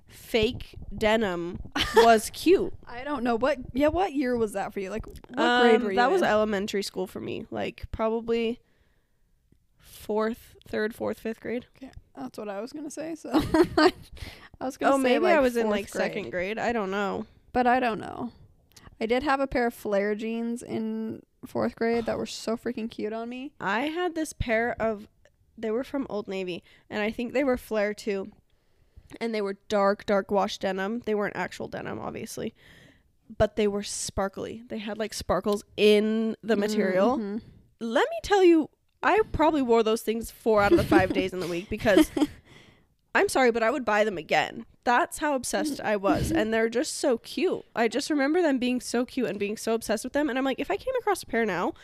[SPEAKER 1] fake denim was cute?
[SPEAKER 2] I don't know what. Yeah, what year was that for you? Like what
[SPEAKER 1] Um,
[SPEAKER 2] grade were you?
[SPEAKER 1] that was
[SPEAKER 2] in?
[SPEAKER 1] elementary school for me. Like probably fourth, third, fourth, fifth grade.
[SPEAKER 2] That's what I was gonna say. So I was gonna
[SPEAKER 1] Oh,
[SPEAKER 2] say
[SPEAKER 1] maybe
[SPEAKER 2] like,
[SPEAKER 1] I was in
[SPEAKER 2] fourth
[SPEAKER 1] like
[SPEAKER 2] grade,
[SPEAKER 1] second grade. I don't know.
[SPEAKER 2] but I don't know. I did have a pair of flare jeans in fourth grade that were so freaking cute on me.
[SPEAKER 1] I had this pair of they were from Old Navy and I think they were flare too. And they were dark, dark wash denim. They weren't actual denim, obviously. But they were sparkly. They had like sparkles in the material.
[SPEAKER 2] Mhm.
[SPEAKER 1] Let me tell you, I probably wore those things four out of the five days in the week because I'm sorry, but I would buy them again. That's how obsessed I was. And they're just so cute. I just remember them being so cute and being so obsessed with them. And I'm like, if I came across a pair now,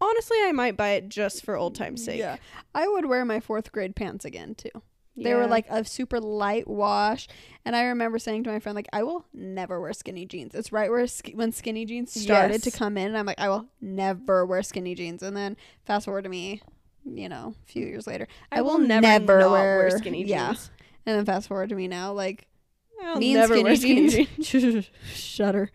[SPEAKER 1] honestly, I might buy it just for old time's sake.
[SPEAKER 2] Yeah, I would wear my fourth grade pants again too. They were
[SPEAKER 1] Yeah.
[SPEAKER 2] like a super light wash, and I remember saying to my friend, like, I will never wear skinny jeans. It's right where sk- when skinny jeans started to
[SPEAKER 1] Yes.
[SPEAKER 2] come in, and I'm like, I will never wear skinny jeans. And then fast forward to me, you know, a few years later, I, will never,
[SPEAKER 1] not
[SPEAKER 2] wear,
[SPEAKER 1] skinny jeans.
[SPEAKER 2] Yeah, and then fast forward to me now, like,
[SPEAKER 1] I'll
[SPEAKER 2] me and
[SPEAKER 1] never
[SPEAKER 2] skinny,
[SPEAKER 1] wear skinny jeans.
[SPEAKER 2] jeans. Shudder.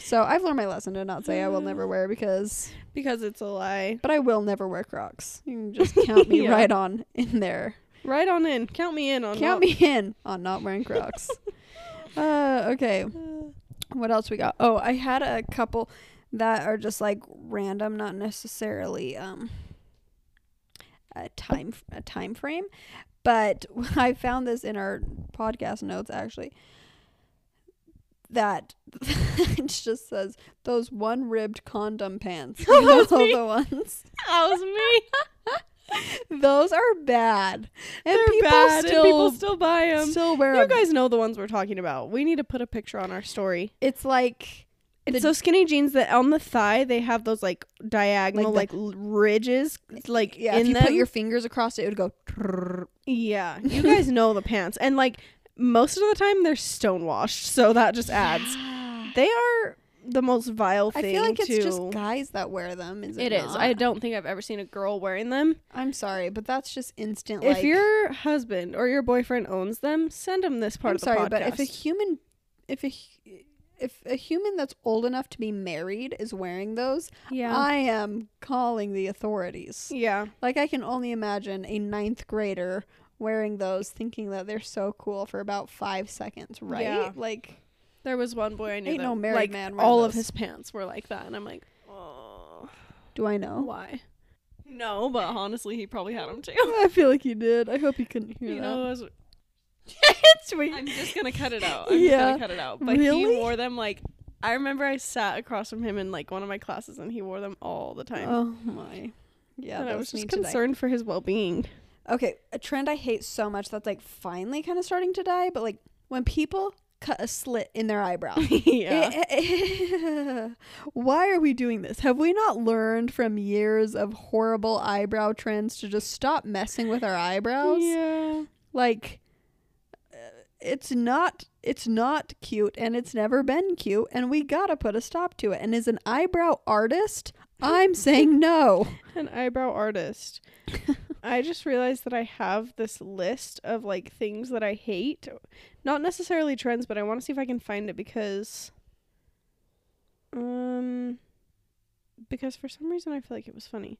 [SPEAKER 2] So I've learned my lesson to not say I will
[SPEAKER 1] Uh.
[SPEAKER 2] never wear because,
[SPEAKER 1] because it's a lie.
[SPEAKER 2] but I will never wear Crocs. You can just count me
[SPEAKER 1] Yeah.
[SPEAKER 2] right on in there.
[SPEAKER 1] Right on in. Count me in on
[SPEAKER 2] Count me in on not wearing Crocs. uh, okay. What else we got? Oh, I had a couple that are just like random, not necessarily um a time a time frame, but I found this in our podcast notes actually that it just says those one ribbed condom pants. You know the ones.
[SPEAKER 1] That was me.
[SPEAKER 2] Those are bad. And
[SPEAKER 1] They're
[SPEAKER 2] people
[SPEAKER 1] bad,
[SPEAKER 2] still
[SPEAKER 1] and people still buy them.
[SPEAKER 2] still wear
[SPEAKER 1] You
[SPEAKER 2] 'em.
[SPEAKER 1] guys know the ones we're talking about. We need to put a picture on our story.
[SPEAKER 2] It's like
[SPEAKER 1] It's
[SPEAKER 2] The-
[SPEAKER 1] those skinny jeans that on the thigh they have those like diagonal
[SPEAKER 2] Like
[SPEAKER 1] like, l ridges like
[SPEAKER 2] yeah,
[SPEAKER 1] in
[SPEAKER 2] if you
[SPEAKER 1] them.
[SPEAKER 2] put your fingers across it, it would go. trrrr.
[SPEAKER 1] yeah, you guys know the pants and like most of the time they're stonewashed, so that just adds. They are the most vile
[SPEAKER 2] I
[SPEAKER 1] thing.
[SPEAKER 2] feel like it's
[SPEAKER 1] to-
[SPEAKER 2] just guys that wear them. Is
[SPEAKER 1] It
[SPEAKER 2] it?
[SPEAKER 1] is.
[SPEAKER 2] not?
[SPEAKER 1] I don't think I've ever seen a girl wearing them.
[SPEAKER 2] I'm sorry, but that's just instant.
[SPEAKER 1] if
[SPEAKER 2] like-
[SPEAKER 1] your husband or your boyfriend owns them, send him this part
[SPEAKER 2] I'm
[SPEAKER 1] of the
[SPEAKER 2] sorry,
[SPEAKER 1] podcast.
[SPEAKER 2] but if a human, if a hu- if a human that's old enough to be married is wearing those,
[SPEAKER 1] yeah,
[SPEAKER 2] I am calling the authorities.
[SPEAKER 1] yeah,
[SPEAKER 2] Like I can only imagine a ninth grader wearing those, thinking that they're so cool for about five seconds, right?
[SPEAKER 1] Yeah.
[SPEAKER 2] Like
[SPEAKER 1] there was one boy I knew
[SPEAKER 2] Ain't
[SPEAKER 1] that
[SPEAKER 2] no married
[SPEAKER 1] like
[SPEAKER 2] man wearing
[SPEAKER 1] all of
[SPEAKER 2] those.
[SPEAKER 1] his pants were like that, and I'm like, oh.
[SPEAKER 2] Do I know?
[SPEAKER 1] Why? No, but honestly, he probably had them too.
[SPEAKER 2] I feel like you did. I hope you couldn't hear
[SPEAKER 1] You know, as-
[SPEAKER 2] that. it's weird.
[SPEAKER 1] I'm just gonna cut it out. I'm
[SPEAKER 2] Yeah.
[SPEAKER 1] just gonna cut it out. But
[SPEAKER 2] Really?
[SPEAKER 1] he wore them like I remember I sat across from him in like one of my classes, and he wore them all the time.
[SPEAKER 2] oh my. Yeah,
[SPEAKER 1] and I
[SPEAKER 2] those
[SPEAKER 1] was just
[SPEAKER 2] need to die.
[SPEAKER 1] concerned for his well-being.
[SPEAKER 2] Okay, a trend I hate so much that's like finally kind of starting to die, but like when people cut a slit in their eyebrow.
[SPEAKER 1] yeah.
[SPEAKER 2] Why are we doing this? Have we not learned from years of horrible eyebrow trends to just stop messing with our eyebrows?
[SPEAKER 1] yeah.
[SPEAKER 2] Like uh, it's not it's not cute and it's never been cute and we got to put a stop to it. And as an eyebrow artist, I'm saying no.
[SPEAKER 1] An eyebrow artist. I just realized that I have this list of like things that I hate. Not necessarily trends, but I want to see if I can find it because um because for some reason I feel like it was funny.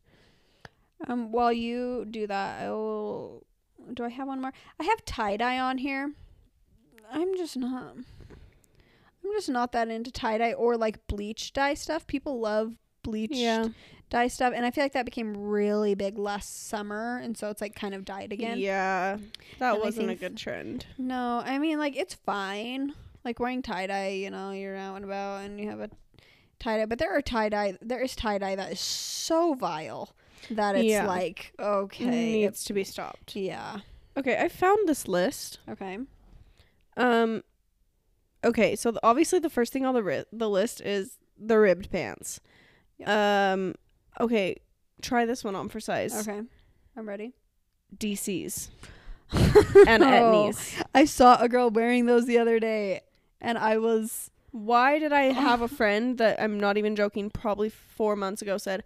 [SPEAKER 2] Um, while you do that, I will. Do I have one more? I have tie dye on here. I'm just not. I'm just not that into tie dye or like bleach dye stuff. People love bleached
[SPEAKER 1] Yeah.
[SPEAKER 2] dye stuff, and I feel like that became really big last summer, and so it's like kind of died again.
[SPEAKER 1] Yeah. That
[SPEAKER 2] And I
[SPEAKER 1] wasn't a
[SPEAKER 2] think-
[SPEAKER 1] good trend.
[SPEAKER 2] No, I mean like it's fine. Like wearing tie dye, you know, you're out and about and you have a tie dye, but there are tie dye. There is tie dye that is so vile that it's
[SPEAKER 1] Yeah.
[SPEAKER 2] like okay,
[SPEAKER 1] Needs to be stopped.
[SPEAKER 2] yeah,
[SPEAKER 1] Okay, I found this list.
[SPEAKER 2] okay.
[SPEAKER 1] Um Okay, so the, obviously the first thing on the ri- the list is the ribbed pants.
[SPEAKER 2] Yep.
[SPEAKER 1] Um okay, try this one on for size.
[SPEAKER 2] Okay. I'm ready.
[SPEAKER 1] DCs and Etnies.
[SPEAKER 2] Oh, I saw a girl wearing those the other day and I was
[SPEAKER 1] Why did I have a friend that I'm not even joking, probably 4 months ago said,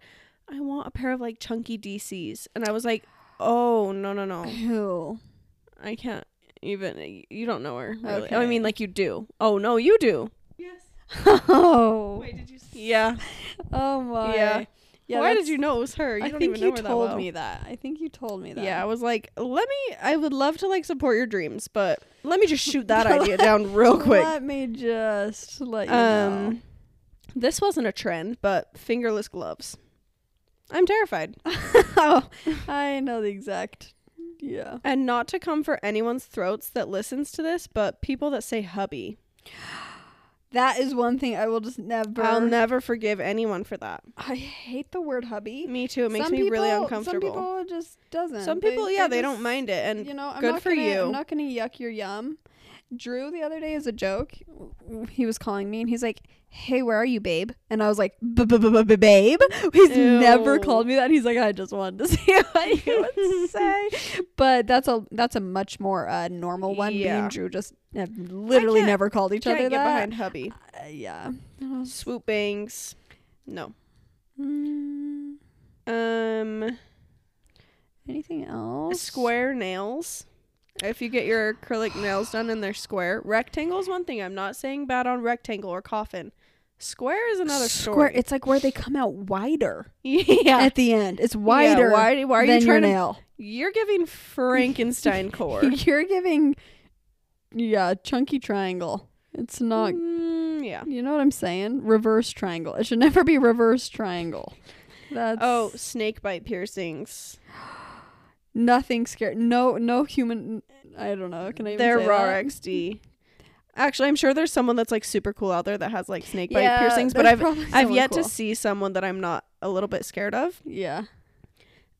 [SPEAKER 1] "I want a pair of like chunky DCs." And I was like, "Oh, no, no, no.
[SPEAKER 2] who?
[SPEAKER 1] I can't even you don't know her. Really. I
[SPEAKER 2] Okay.
[SPEAKER 1] mean like you do. Oh, no, you do.
[SPEAKER 2] Oh.
[SPEAKER 1] did you see? Yeah.
[SPEAKER 2] Oh my.
[SPEAKER 1] Yeah. Why did
[SPEAKER 2] that's-
[SPEAKER 1] you know it was her? You
[SPEAKER 2] I
[SPEAKER 1] don't
[SPEAKER 2] think
[SPEAKER 1] even know
[SPEAKER 2] you
[SPEAKER 1] her
[SPEAKER 2] told
[SPEAKER 1] that well.
[SPEAKER 2] me that. I think you told me that.
[SPEAKER 1] Yeah, I was like, let me. I would love to like support your dreams, but let me just shoot that idea down real quick.
[SPEAKER 2] Let me just let you know.
[SPEAKER 1] Um, this wasn't a trend, but fingerless gloves. I'm terrified,
[SPEAKER 2] oh, I know the exact. Yeah.
[SPEAKER 1] and not to come for anyone's throats that listens to this, but people that say hubby,
[SPEAKER 2] That is one thing I will just never.
[SPEAKER 1] I'll never forgive anyone for that.
[SPEAKER 2] I hate the word hubby.
[SPEAKER 1] Me too. It makes
[SPEAKER 2] Some
[SPEAKER 1] me really
[SPEAKER 2] people-
[SPEAKER 1] uncomfortable.
[SPEAKER 2] Some people it just doesn't.
[SPEAKER 1] Some people, yeah, they,
[SPEAKER 2] just-
[SPEAKER 1] don't mind it, and
[SPEAKER 2] you know, I'm
[SPEAKER 1] good
[SPEAKER 2] not
[SPEAKER 1] for
[SPEAKER 2] gonna,
[SPEAKER 1] you.
[SPEAKER 2] I'm not gonna yuck your yum. Drew the other day as a joke, he was calling me and he's like, "Hey, where are you, babe?" And I was like, "Babe." He's never
[SPEAKER 1] Ew.
[SPEAKER 2] called me that. He's like, "I just wanted to see what you would say." But that's a that's a much more uh, normal one. Me
[SPEAKER 1] Yeah.
[SPEAKER 2] and Drew just have literally
[SPEAKER 1] can't-
[SPEAKER 2] never called each
[SPEAKER 1] can't
[SPEAKER 2] other
[SPEAKER 1] get
[SPEAKER 2] that.
[SPEAKER 1] behind hubby.
[SPEAKER 2] Uh, yeah.
[SPEAKER 1] Swoop bangs. No.
[SPEAKER 2] Mm,
[SPEAKER 1] Um,
[SPEAKER 2] anything else?
[SPEAKER 1] square nails. If you get your acrylic nails done and they're square, rectangle is one thing. I'm not saying bad on rectangle or coffin. Square is another
[SPEAKER 2] Square.
[SPEAKER 1] story.
[SPEAKER 2] It's like where they come out wider
[SPEAKER 1] yeah.
[SPEAKER 2] at the end. It's wider.
[SPEAKER 1] why- why are you
[SPEAKER 2] than your
[SPEAKER 1] trying to-
[SPEAKER 2] nail?
[SPEAKER 1] You're giving Frankenstein core.
[SPEAKER 2] You're giving, yeah, chunky triangle. It's not.
[SPEAKER 1] Mm, yeah.
[SPEAKER 2] You know what I'm saying? Reverse triangle. It should never be reverse triangle. That's
[SPEAKER 1] Oh, snake bite piercings.
[SPEAKER 2] nothing scary. No, no human. I don't know. Can I? Even
[SPEAKER 1] They're
[SPEAKER 2] say
[SPEAKER 1] raw
[SPEAKER 2] that?
[SPEAKER 1] XD. Actually, I'm sure there's someone that's like super cool out there that has like snake bite
[SPEAKER 2] Yeah,
[SPEAKER 1] piercings, but
[SPEAKER 2] there's
[SPEAKER 1] I've
[SPEAKER 2] probably
[SPEAKER 1] I've
[SPEAKER 2] someone
[SPEAKER 1] yet
[SPEAKER 2] cool.
[SPEAKER 1] to see someone that I'm not a little bit scared of.
[SPEAKER 2] Yeah.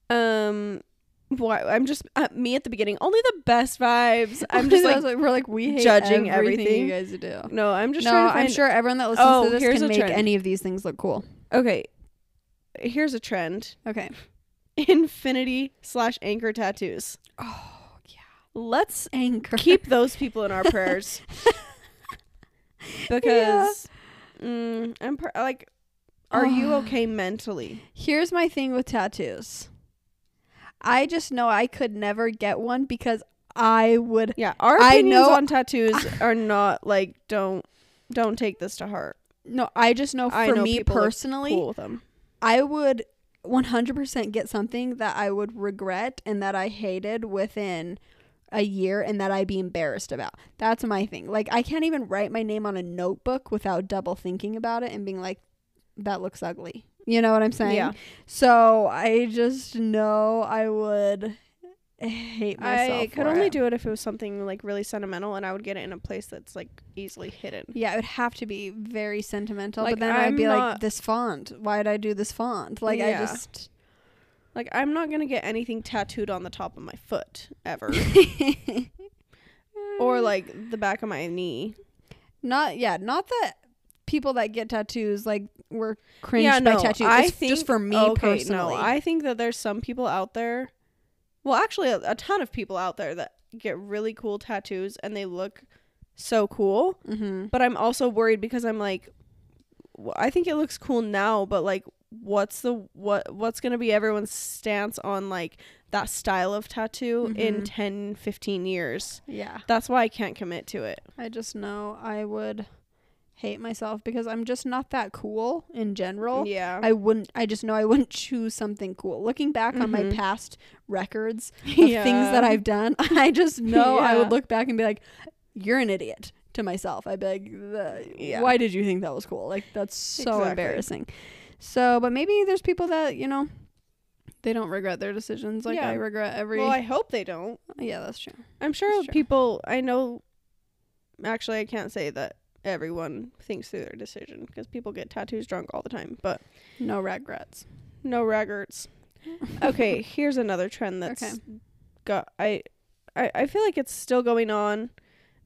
[SPEAKER 1] Um, why? I'm just uh, me at the beginning. Only the best vibes. I'm
[SPEAKER 2] Because
[SPEAKER 1] just
[SPEAKER 2] I
[SPEAKER 1] like
[SPEAKER 2] was we're like we hate
[SPEAKER 1] judging
[SPEAKER 2] everything
[SPEAKER 1] everything.
[SPEAKER 2] you guys do.
[SPEAKER 1] no. I'm just
[SPEAKER 2] no,
[SPEAKER 1] trying to
[SPEAKER 2] I'm
[SPEAKER 1] find-
[SPEAKER 2] sure everyone that listens
[SPEAKER 1] Oh,
[SPEAKER 2] to this
[SPEAKER 1] here's
[SPEAKER 2] can
[SPEAKER 1] a
[SPEAKER 2] make
[SPEAKER 1] trend.
[SPEAKER 2] any of these things look cool.
[SPEAKER 1] Okay, here's a trend:
[SPEAKER 2] Okay.
[SPEAKER 1] infinity slash anchor tattoos.
[SPEAKER 2] Oh, yeah.
[SPEAKER 1] Let's
[SPEAKER 2] Anchor.
[SPEAKER 1] keep those people in our prayers because mm, I'm per- like, are you
[SPEAKER 2] Ugh.
[SPEAKER 1] okay mentally?
[SPEAKER 2] Here's my thing with tattoos. I just know I could never get one because I would.
[SPEAKER 1] Yeah, our
[SPEAKER 2] I
[SPEAKER 1] opinions
[SPEAKER 2] know-
[SPEAKER 1] on tattoos are not like don't don't take this to heart.
[SPEAKER 2] No, I just know for
[SPEAKER 1] I know
[SPEAKER 2] me
[SPEAKER 1] people look
[SPEAKER 2] personally,
[SPEAKER 1] Cool with them.
[SPEAKER 2] I would 100% get something that I would regret and that I hated within a year and that I'd be embarrassed about. That's my thing. Like, I can't even write my name on a notebook without double thinking about it and being like, that looks ugly. You know what I'm saying?
[SPEAKER 1] Yeah.
[SPEAKER 2] So I just know I would hate myself.
[SPEAKER 1] I could
[SPEAKER 2] for
[SPEAKER 1] only
[SPEAKER 2] it.
[SPEAKER 1] do it if it was something like really sentimental, and I would get it in a place that's like easily hidden.
[SPEAKER 2] Yeah, it would have to be very sentimental.
[SPEAKER 1] Like,
[SPEAKER 2] but then
[SPEAKER 1] I'm
[SPEAKER 2] I'd be like,
[SPEAKER 1] not-
[SPEAKER 2] this font. Why'd I do this font? Like, I
[SPEAKER 1] Yeah.
[SPEAKER 2] just.
[SPEAKER 1] Like I'm not gonna get anything tattooed on the top of my foot ever, or like the back of my knee.
[SPEAKER 2] Not yeah, not that people that get tattoos like were cringed
[SPEAKER 1] yeah, no,
[SPEAKER 2] by tattoos.
[SPEAKER 1] I
[SPEAKER 2] It's
[SPEAKER 1] think
[SPEAKER 2] just for me
[SPEAKER 1] okay,
[SPEAKER 2] personally.
[SPEAKER 1] No, I think that there's some people out there. Well, actually, a, a ton of people out there that get really cool tattoos and they look so cool.
[SPEAKER 2] mm-hmm.
[SPEAKER 1] but I'm also worried because I'm like, w- I think it looks cool now, but like, what's the what what's gonna be everyone's stance on like that style of tattoo in 10 15 years
[SPEAKER 2] Yeah,
[SPEAKER 1] that's why i can't commit to it
[SPEAKER 2] I just know I would hate myself because I'm just not that cool in general.
[SPEAKER 1] yeah
[SPEAKER 2] I wouldn't. I just know I wouldn't choose something cool. Looking back on my
[SPEAKER 1] Mhm.
[SPEAKER 2] past records of
[SPEAKER 1] Yeah.
[SPEAKER 2] things that I've done, I just know I would
[SPEAKER 1] Yeah.
[SPEAKER 2] look back and be like, "You're an idiot." To myself, I'd be like, "The-
[SPEAKER 1] Yeah.
[SPEAKER 2] "Why did you think that was cool? Like that's so
[SPEAKER 1] Exactly.
[SPEAKER 2] embarrassing." So, but maybe there's people that you know, they don't regret their decisions. Like
[SPEAKER 1] Yeah.
[SPEAKER 2] I regret every.
[SPEAKER 1] well i hope they don't
[SPEAKER 2] yeah, that's true.
[SPEAKER 1] i'm sure
[SPEAKER 2] That's true.
[SPEAKER 1] people i know actually i can't say that everyone thinks through their decision because people get tattoos drunk all the time but
[SPEAKER 2] No regrets.
[SPEAKER 1] No raggarts. Okay, here's another trend that's
[SPEAKER 2] Okay.
[SPEAKER 1] got I, I I feel like it's still going on.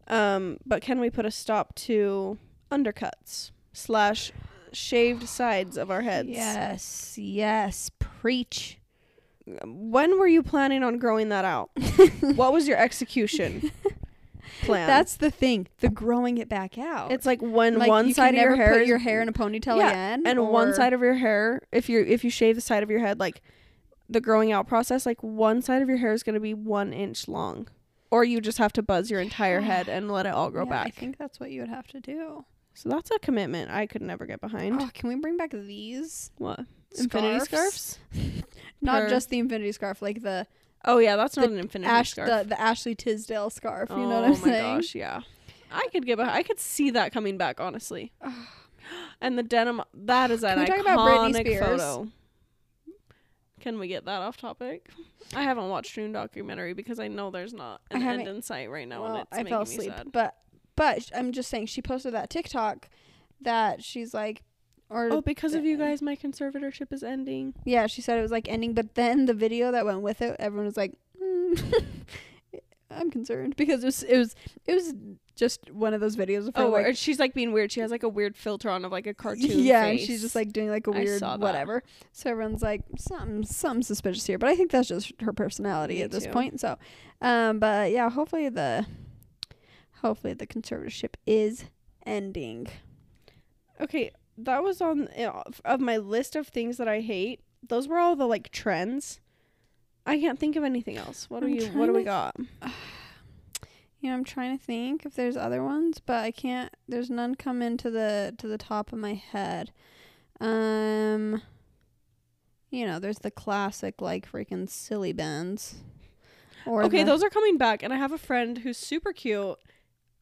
[SPEAKER 1] Um, but can we put a stop to undercuts slash shaved sides of our heads?
[SPEAKER 2] Yes, yes, preach.
[SPEAKER 1] When were you planning on growing that out? what was your execution plan?
[SPEAKER 2] That's the thing. The growing it back out.
[SPEAKER 1] it's like when
[SPEAKER 2] Like,
[SPEAKER 1] one
[SPEAKER 2] you
[SPEAKER 1] side
[SPEAKER 2] can
[SPEAKER 1] of your
[SPEAKER 2] never
[SPEAKER 1] hair
[SPEAKER 2] put
[SPEAKER 1] is
[SPEAKER 2] your hair in a ponytail
[SPEAKER 1] Yeah,
[SPEAKER 2] again,
[SPEAKER 1] and one
[SPEAKER 2] or-
[SPEAKER 1] side of your hair if you if you shave the side of your head like the growing out process like one side of your hair is going to be one inch long or you just have to buzz your entire head and let it all grow
[SPEAKER 2] Yeah,
[SPEAKER 1] back
[SPEAKER 2] I think that's what you would have to do.
[SPEAKER 1] so that's a commitment i could never get behind
[SPEAKER 2] Oh, can we bring back these?
[SPEAKER 1] what infinity scarves
[SPEAKER 2] Not
[SPEAKER 1] Or-
[SPEAKER 2] just the infinity scarf, like the
[SPEAKER 1] oh yeah that's not
[SPEAKER 2] The
[SPEAKER 1] an infinity
[SPEAKER 2] Ash,
[SPEAKER 1] scarf
[SPEAKER 2] the, the Ashley Tisdale scarf. You
[SPEAKER 1] oh
[SPEAKER 2] know what I'm
[SPEAKER 1] my
[SPEAKER 2] saying?
[SPEAKER 1] gosh yeah i could get behind i could see that coming back honestly and the denim that is an
[SPEAKER 2] Can we
[SPEAKER 1] iconic
[SPEAKER 2] talk about Britney Spears?
[SPEAKER 1] photo. Can we get that off topic? I haven't watched Dune documentary because I know there's not
[SPEAKER 2] I
[SPEAKER 1] an end
[SPEAKER 2] haven't-
[SPEAKER 1] in sight right now, and
[SPEAKER 2] well,
[SPEAKER 1] it's
[SPEAKER 2] I
[SPEAKER 1] making
[SPEAKER 2] fell
[SPEAKER 1] me
[SPEAKER 2] asleep,
[SPEAKER 1] sad.
[SPEAKER 2] but but sh- I'm just saying she posted that TikTok that she's like, or
[SPEAKER 1] Oh, because of you guys, my conservatorship is ending.
[SPEAKER 2] yeah, she said it was like ending, but then the video that went with it, everyone was like. Mm. I'm concerned because it was it was it was just one of those videos of her
[SPEAKER 1] Oh,
[SPEAKER 2] like
[SPEAKER 1] or she's like being weird. She has like a weird filter on of like a cartoon.
[SPEAKER 2] yeah and
[SPEAKER 1] face.
[SPEAKER 2] she's just like doing like a
[SPEAKER 1] I
[SPEAKER 2] weird
[SPEAKER 1] saw that.
[SPEAKER 2] whatever so everyone's like something something suspicious here but i think that's just her personality
[SPEAKER 1] Me
[SPEAKER 2] at this
[SPEAKER 1] too.
[SPEAKER 2] point so um but yeah hopefully the hopefully the conservatorship is ending
[SPEAKER 1] okay, that was on eh, of my list of things that I hate. Those were all the like trends. I can't think of anything else. What do
[SPEAKER 2] I'm
[SPEAKER 1] you?
[SPEAKER 2] trying
[SPEAKER 1] What do we
[SPEAKER 2] to-
[SPEAKER 1] got?
[SPEAKER 2] you know i'm trying to think if there's other ones but i can't there's none come into the to the top of my head um you know there's the classic like freaking silly bands or
[SPEAKER 1] Okay,
[SPEAKER 2] the-
[SPEAKER 1] those are coming back, and I have a friend who's super cute,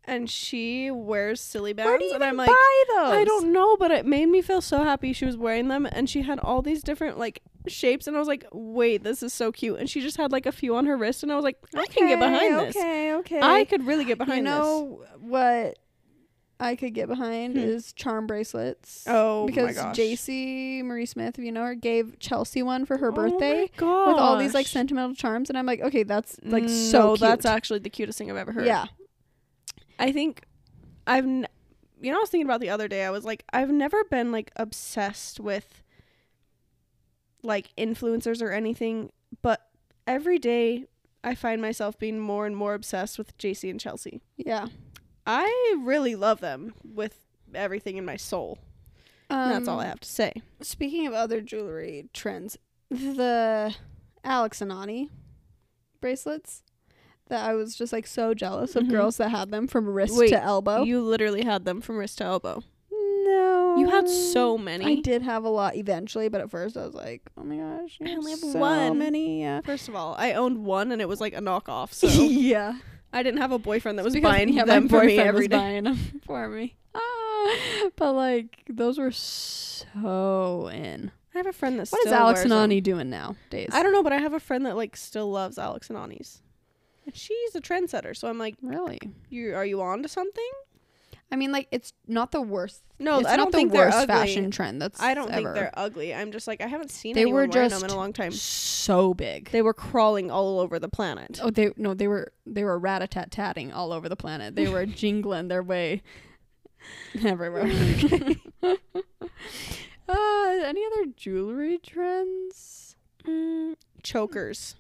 [SPEAKER 1] and she wears silly bands,
[SPEAKER 2] where do you
[SPEAKER 1] and I'm
[SPEAKER 2] even
[SPEAKER 1] like,
[SPEAKER 2] buy those?
[SPEAKER 1] I don't know, but it made me feel so happy she was wearing them, and she had all these different like shapes, and I was like, wait, this is so cute, and she just had like a few on her wrist, and I was like, I can get behind
[SPEAKER 2] okay,
[SPEAKER 1] this.
[SPEAKER 2] Okay, okay.
[SPEAKER 1] I could really get
[SPEAKER 2] you
[SPEAKER 1] behind
[SPEAKER 2] know what I could get behind
[SPEAKER 1] Hmm.
[SPEAKER 2] is charm bracelets.
[SPEAKER 1] Oh,
[SPEAKER 2] because
[SPEAKER 1] my gosh.
[SPEAKER 2] JC Marie Smith, if you know her, gave Chelsea one for her
[SPEAKER 1] Oh my
[SPEAKER 2] birthday with all these like
[SPEAKER 1] gosh. Mm,
[SPEAKER 2] sentimental charms, and I'm like, okay, that's like so
[SPEAKER 1] no,
[SPEAKER 2] cute.
[SPEAKER 1] that's actually the cutest thing I've ever heard.
[SPEAKER 2] yeah,
[SPEAKER 1] I think I've, n- you know, I was thinking about the other day. I was like, I've never been like obsessed with like influencers or anything, but every day I find myself being more and more obsessed with JC and Chelsea.
[SPEAKER 2] yeah.
[SPEAKER 1] I really love them with everything in my soul.
[SPEAKER 2] Um,
[SPEAKER 1] And that's all I have to say.
[SPEAKER 2] Speaking of other jewelry trends, the Alex Anani bracelets that I was just like so jealous of
[SPEAKER 1] Mhm.
[SPEAKER 2] girls that had them from wrist
[SPEAKER 1] Wait,
[SPEAKER 2] to elbow.
[SPEAKER 1] You literally had them from wrist to elbow.
[SPEAKER 2] no,
[SPEAKER 1] You had so many.
[SPEAKER 2] Oh, I did have a lot eventually, but at first I was like, oh my gosh,
[SPEAKER 1] I only have
[SPEAKER 2] so
[SPEAKER 1] one.
[SPEAKER 2] Many, yeah.
[SPEAKER 1] First of all, I owned one and it was like a knockoff, so
[SPEAKER 2] yeah,
[SPEAKER 1] I didn't have a boyfriend that was
[SPEAKER 2] Because,
[SPEAKER 1] buying
[SPEAKER 2] yeah, my
[SPEAKER 1] them for me
[SPEAKER 2] boyfriend
[SPEAKER 1] every
[SPEAKER 2] was
[SPEAKER 1] day.
[SPEAKER 2] buying them for me. Ah, but like those were so in.
[SPEAKER 1] I have a friend that's
[SPEAKER 2] What is Alex Anani doing nowadays?
[SPEAKER 1] I don't know, but I have a friend that like still loves Alex and Ani's. And she's a trendsetter, so I'm like,
[SPEAKER 2] really.
[SPEAKER 1] you are you on to something?
[SPEAKER 2] I mean, like it's not the worst.
[SPEAKER 1] No,
[SPEAKER 2] it's
[SPEAKER 1] I don't
[SPEAKER 2] not the
[SPEAKER 1] think they're
[SPEAKER 2] worst
[SPEAKER 1] ugly.
[SPEAKER 2] fashion trend. That's
[SPEAKER 1] I don't
[SPEAKER 2] ever.
[SPEAKER 1] think they're ugly. I'm just like I haven't seen
[SPEAKER 2] They
[SPEAKER 1] anyone
[SPEAKER 2] were
[SPEAKER 1] wearing them
[SPEAKER 2] just
[SPEAKER 1] in a long time.
[SPEAKER 2] so big.
[SPEAKER 1] They were crawling all over the planet.
[SPEAKER 2] Oh, they no, they were they were rat a tat tatting all over the planet. They were jingling their way everywhere. uh, any other jewelry trends?
[SPEAKER 1] Mm, chokers.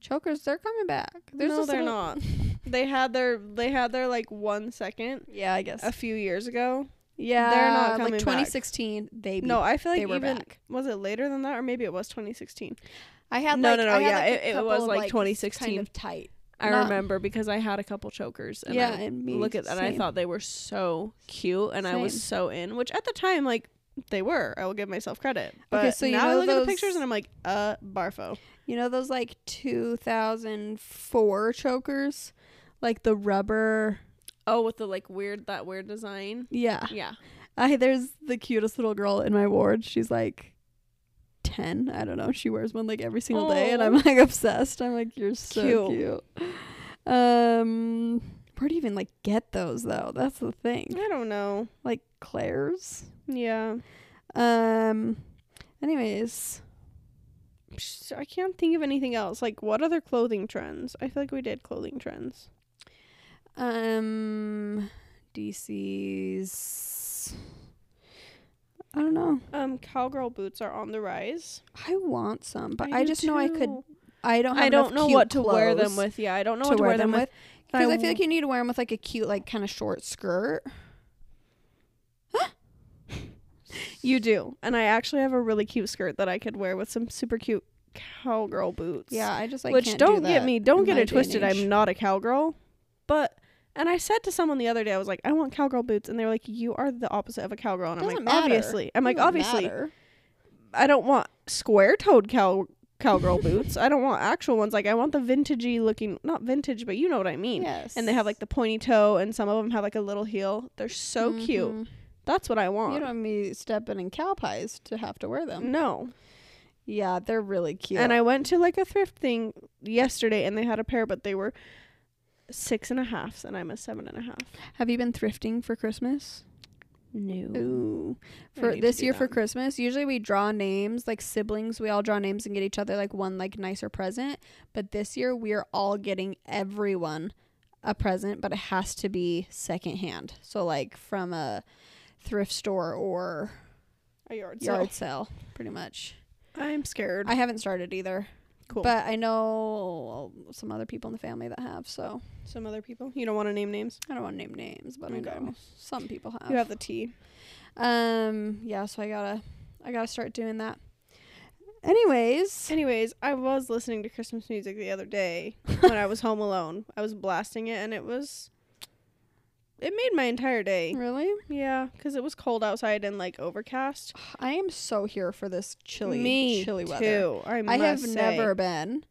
[SPEAKER 2] Chokers, they're coming back.
[SPEAKER 1] no,
[SPEAKER 2] this
[SPEAKER 1] they're
[SPEAKER 2] little-
[SPEAKER 1] not. they had their they had their like one second
[SPEAKER 2] Yeah, I guess.
[SPEAKER 1] a few years ago.
[SPEAKER 2] yeah,
[SPEAKER 1] Uh, not coming
[SPEAKER 2] like
[SPEAKER 1] back.
[SPEAKER 2] 2016. They
[SPEAKER 1] No, I feel like
[SPEAKER 2] they were
[SPEAKER 1] even
[SPEAKER 2] back.
[SPEAKER 1] was it later than that or maybe it was 2016.
[SPEAKER 2] I had
[SPEAKER 1] No,
[SPEAKER 2] like,
[SPEAKER 1] no, no,
[SPEAKER 2] I had,
[SPEAKER 1] yeah,
[SPEAKER 2] like, a
[SPEAKER 1] it- it
[SPEAKER 2] couple
[SPEAKER 1] was,
[SPEAKER 2] of,
[SPEAKER 1] like,
[SPEAKER 2] kind
[SPEAKER 1] 2016.
[SPEAKER 2] of tight.
[SPEAKER 1] I
[SPEAKER 2] Not-
[SPEAKER 1] remember because I had a couple chokers and
[SPEAKER 2] yeah,
[SPEAKER 1] I
[SPEAKER 2] and me
[SPEAKER 1] look at that and I
[SPEAKER 2] same.
[SPEAKER 1] thought they were so cute and I was
[SPEAKER 2] Same.
[SPEAKER 1] so in, which at the time like they were. I will give myself credit. But
[SPEAKER 2] so you
[SPEAKER 1] now I
[SPEAKER 2] know
[SPEAKER 1] look at the pictures
[SPEAKER 2] those-
[SPEAKER 1] and I'm like, uh barfo.
[SPEAKER 2] You know those like 2004 chokers, like the rubber.
[SPEAKER 1] Oh, with the like weird that weird design.
[SPEAKER 2] Yeah,
[SPEAKER 1] Yeah.
[SPEAKER 2] I there's the cutest little girl in my ward. She's like. 10 i don't know she wears one like every single day and i'm
[SPEAKER 1] Aw.
[SPEAKER 2] like obsessed i'm like you're so cute. um where do you even like get those though that's the thing
[SPEAKER 1] I don't know.
[SPEAKER 2] like claire's
[SPEAKER 1] Yeah.
[SPEAKER 2] um anyways
[SPEAKER 1] Psh, I can't think of anything else. Like what other clothing trends? I feel like we did clothing trends.
[SPEAKER 2] Um, DC's. I don't know.
[SPEAKER 1] Um cowgirl boots are on the rise.
[SPEAKER 2] I want some, but I, just know I could. I don't. Have
[SPEAKER 1] I don't
[SPEAKER 2] enough
[SPEAKER 1] know
[SPEAKER 2] cute
[SPEAKER 1] what to wear them
[SPEAKER 2] clothes
[SPEAKER 1] with. Yeah, I don't know
[SPEAKER 2] To
[SPEAKER 1] what to wear them with. but
[SPEAKER 2] because I
[SPEAKER 1] w-
[SPEAKER 2] feel like you need to wear them with like a cute, like kind of short skirt.
[SPEAKER 1] You do. And I actually have a really cute skirt that I could wear with some super cute cowgirl boots.
[SPEAKER 2] Yeah, I just like.
[SPEAKER 1] Which
[SPEAKER 2] can't do
[SPEAKER 1] don't get
[SPEAKER 2] that
[SPEAKER 1] me, don't
[SPEAKER 2] in
[SPEAKER 1] get it
[SPEAKER 2] my day and
[SPEAKER 1] twisted.
[SPEAKER 2] age.
[SPEAKER 1] I'm not a cowgirl. But and I said to someone the other day, I was like, I want cowgirl boots and they were like, You are the opposite of a cowgirl. And
[SPEAKER 2] Doesn't
[SPEAKER 1] I'm like,
[SPEAKER 2] matter.
[SPEAKER 1] obviously. I'm like,
[SPEAKER 2] Doesn't
[SPEAKER 1] obviously
[SPEAKER 2] matter.
[SPEAKER 1] I don't want square toed cow cowgirl boots. I don't want actual ones. Like I want the vintagey looking not vintage, but you know what I mean.
[SPEAKER 2] Yes.
[SPEAKER 1] And they have like the pointy toe and some of them have like a little heel. They're so cute.
[SPEAKER 2] Mhm.
[SPEAKER 1] That's what I want.
[SPEAKER 2] You don't want me stepping in cow pies to have to wear them.
[SPEAKER 1] no.
[SPEAKER 2] Yeah, they're really cute.
[SPEAKER 1] And I went to like a thrift thing yesterday and they had a pair, but they were six and a halfs and I'm a seven and a half.
[SPEAKER 2] have you been thrifting for Christmas?
[SPEAKER 1] No.
[SPEAKER 2] Ooh.
[SPEAKER 1] I
[SPEAKER 2] For
[SPEAKER 1] need to
[SPEAKER 2] this
[SPEAKER 1] do
[SPEAKER 2] year for
[SPEAKER 1] that.
[SPEAKER 2] Christmas, usually we draw names, like siblings, we all draw names and get each other like one like nicer present. But this year we are all getting everyone a present, but it has to be secondhand. So like from a thrift store or
[SPEAKER 1] A yard sale.
[SPEAKER 2] yard sale, pretty much.
[SPEAKER 1] I'm scared.
[SPEAKER 2] I haven't started either.
[SPEAKER 1] cool.
[SPEAKER 2] But I know some other people in the family that have, so
[SPEAKER 1] Some other people. You don't want to name names.
[SPEAKER 2] I don't want to name names, but I
[SPEAKER 1] Okay.
[SPEAKER 2] know some people have.
[SPEAKER 1] You have the T.
[SPEAKER 2] Um. Yeah. So I gotta, I gotta start doing that. Anyways,
[SPEAKER 1] Anyways, I was listening to Christmas music the other day when I was home alone. I was blasting it and it was. It made my entire day.
[SPEAKER 2] really,
[SPEAKER 1] Yeah, because it was cold outside and like overcast.
[SPEAKER 2] I am so here for this chilly,
[SPEAKER 1] Me
[SPEAKER 2] chilly
[SPEAKER 1] too.
[SPEAKER 2] weather.
[SPEAKER 1] I,
[SPEAKER 2] I have
[SPEAKER 1] must say.
[SPEAKER 2] never been.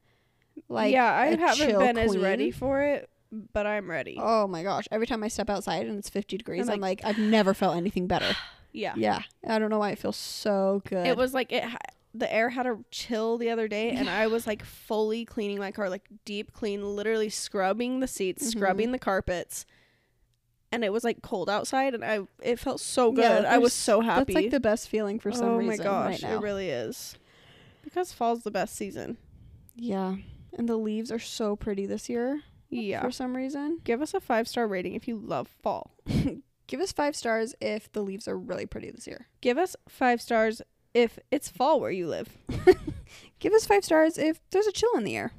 [SPEAKER 2] Like,
[SPEAKER 1] yeah, I
[SPEAKER 2] a
[SPEAKER 1] haven't
[SPEAKER 2] chill
[SPEAKER 1] been as
[SPEAKER 2] queen.
[SPEAKER 1] ready for it, but I'm ready.
[SPEAKER 2] Oh my gosh! Every time I step outside and it's fifty degrees,
[SPEAKER 1] I'm
[SPEAKER 2] I'm like, I've never felt anything better.
[SPEAKER 1] yeah.
[SPEAKER 2] yeah, I don't know why it feels so good.
[SPEAKER 1] It was like it. Ha- the air had a chill the other day, and I was like fully cleaning my car, like deep clean, literally scrubbing the seats,
[SPEAKER 2] Mhm.
[SPEAKER 1] scrubbing the carpets, and it was like cold outside, and I it felt so good.
[SPEAKER 2] Yeah,
[SPEAKER 1] I was
[SPEAKER 2] there's-
[SPEAKER 1] so happy.
[SPEAKER 2] That's like the best feeling for some
[SPEAKER 1] oh
[SPEAKER 2] reason
[SPEAKER 1] my gosh,
[SPEAKER 2] right now.
[SPEAKER 1] it really is. Because fall's the best season.
[SPEAKER 2] yeah. And the leaves are so pretty this year
[SPEAKER 1] Yeah.
[SPEAKER 2] for some reason.
[SPEAKER 1] Give us a five star rating if you love fall.
[SPEAKER 2] Give us 5 stars if the leaves are really pretty this year.
[SPEAKER 1] Give us five stars if it's fall where you live.
[SPEAKER 2] Give us 5 stars if there's a chill in the air.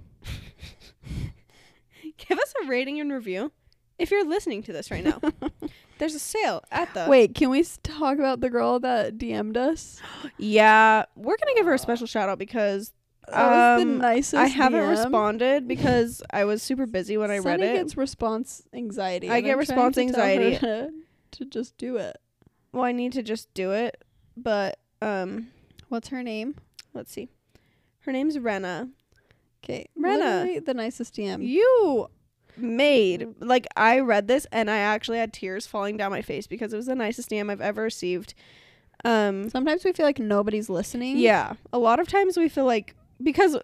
[SPEAKER 1] Give us a rating and review if you're listening to this right now. There's a sale at the
[SPEAKER 2] Wait, can we s- talk about the girl that DM'd us?
[SPEAKER 1] Yeah, we're gonna give her a special shout out because
[SPEAKER 2] That was
[SPEAKER 1] Um,
[SPEAKER 2] the nicest.
[SPEAKER 1] I haven't
[SPEAKER 2] DM.
[SPEAKER 1] responded because I was super busy when I read
[SPEAKER 2] Sunny
[SPEAKER 1] it.
[SPEAKER 2] gets response anxiety.
[SPEAKER 1] I
[SPEAKER 2] and
[SPEAKER 1] get
[SPEAKER 2] I'm trying
[SPEAKER 1] response
[SPEAKER 2] to tell her
[SPEAKER 1] anxiety.
[SPEAKER 2] to, to just do it.
[SPEAKER 1] well, I need to just do it, but um,
[SPEAKER 2] What's her name?
[SPEAKER 1] let's see. Her name's Renna.
[SPEAKER 2] Okay,
[SPEAKER 1] Rena.
[SPEAKER 2] literally the nicest DM.
[SPEAKER 1] You made like I read this and I actually had tears falling down my face because it was the nicest DM I've ever received. Um,
[SPEAKER 2] Sometimes we feel like nobody's listening.
[SPEAKER 1] yeah, a lot of times we feel like because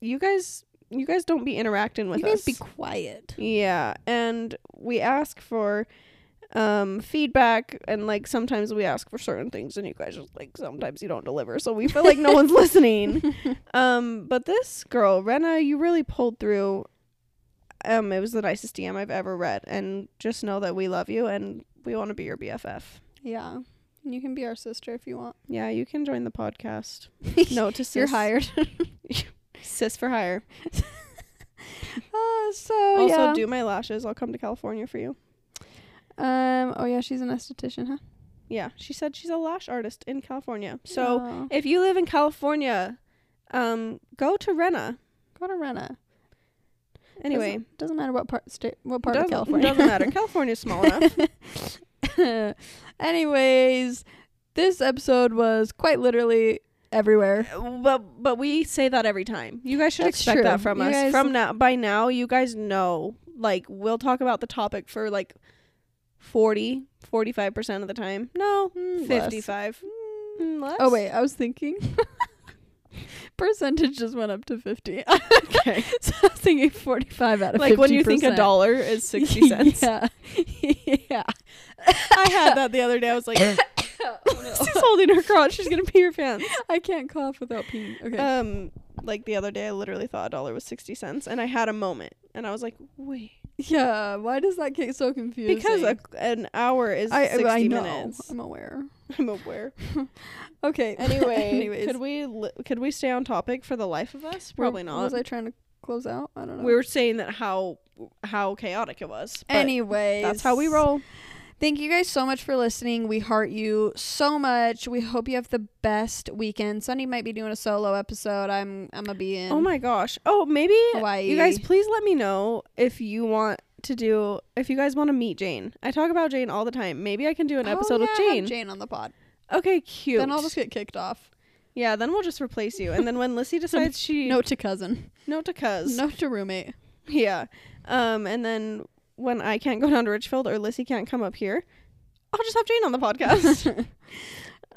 [SPEAKER 1] you guys, you guys don't be interacting with
[SPEAKER 2] you
[SPEAKER 1] us.
[SPEAKER 2] guys be quiet.
[SPEAKER 1] Yeah, and we ask for um feedback and like sometimes we ask for certain things and you guys just like sometimes you don't deliver so we feel like no one's listening um but this girl Rena you really pulled through um it was the nicest DM I've ever read and just know that we love you and we want to be your BFF
[SPEAKER 2] Yeah, you can be our sister if you want.
[SPEAKER 1] yeah you can join the podcast no to sis
[SPEAKER 2] You're hired.
[SPEAKER 1] sis for hire
[SPEAKER 2] uh, so
[SPEAKER 1] also
[SPEAKER 2] yeah.
[SPEAKER 1] do my lashes I'll come to California for you
[SPEAKER 2] um. Oh yeah, she's an esthetician, huh?
[SPEAKER 1] yeah she said she's a lash artist in California so If you live in California, um, go to Rena.
[SPEAKER 2] go to Rena.
[SPEAKER 1] Anyway,
[SPEAKER 2] doesn't, doesn't matter what part state, what part
[SPEAKER 1] doesn't,
[SPEAKER 2] of California.
[SPEAKER 1] doesn't matter. California's small enough.
[SPEAKER 2] Anyways, this episode was quite literally everywhere.
[SPEAKER 1] but but we say that every time. You guys should
[SPEAKER 2] That's
[SPEAKER 1] expect
[SPEAKER 2] true.
[SPEAKER 1] that from
[SPEAKER 2] You
[SPEAKER 1] us.
[SPEAKER 2] guys-
[SPEAKER 1] from now by now, you guys know. Like we'll talk about the topic for like 40, 45 percent of the time. No,
[SPEAKER 2] Mm, less.
[SPEAKER 1] fifty five. Less.
[SPEAKER 2] Oh wait, I was thinking. Percentage just went up to fifty.
[SPEAKER 1] Okay.
[SPEAKER 2] so I was thinking forty-five out of
[SPEAKER 1] like when you think a
[SPEAKER 2] 50%.
[SPEAKER 1] dollar is sixty cents.
[SPEAKER 2] yeah, yeah.
[SPEAKER 1] I had that the other day. I was like, Oh, she's holding her crotch. She's gonna pee her pants.
[SPEAKER 2] I can't cough without peeing. Okay.
[SPEAKER 1] um like the other day i literally thought a dollar was 60 cents and i had a moment and i was like wait
[SPEAKER 2] yeah. Why does that get so confusing?
[SPEAKER 1] because a, an hour is
[SPEAKER 2] I-
[SPEAKER 1] 60
[SPEAKER 2] I know.
[SPEAKER 1] minutes
[SPEAKER 2] I'm aware.
[SPEAKER 1] i'm aware
[SPEAKER 2] Okay.
[SPEAKER 1] anyway
[SPEAKER 2] Anyways.
[SPEAKER 1] could we li- could we stay on topic for the life of us
[SPEAKER 2] Where-
[SPEAKER 1] probably not
[SPEAKER 2] Was I trying to close out? I don't know.
[SPEAKER 1] we were saying that how how chaotic it was but
[SPEAKER 2] Anyways,
[SPEAKER 1] that's how we roll
[SPEAKER 2] Thank you guys so much for listening. We heart you so much. We hope you have the best weekend. Sunny might be doing a solo episode. I'm I'm gonna be in.
[SPEAKER 1] oh my gosh oh maybe
[SPEAKER 2] Hawaii.
[SPEAKER 1] you guys please let me know if you want to do if you guys want to meet jane i talk about jane all the time maybe i can do an
[SPEAKER 2] Oh,
[SPEAKER 1] episode
[SPEAKER 2] yeah,
[SPEAKER 1] with
[SPEAKER 2] have
[SPEAKER 1] jane
[SPEAKER 2] Jane on the pod.
[SPEAKER 1] okay cute
[SPEAKER 2] Then I'll just get kicked off.
[SPEAKER 1] Yeah, then we'll just replace you. And then when Lissy decides she
[SPEAKER 2] No to cousin.
[SPEAKER 1] no to cuz.
[SPEAKER 2] No to roommate.
[SPEAKER 1] Yeah. Um and then when I can't go down to Richfield or Lissy can't come up here, I'll just have Jane on the podcast.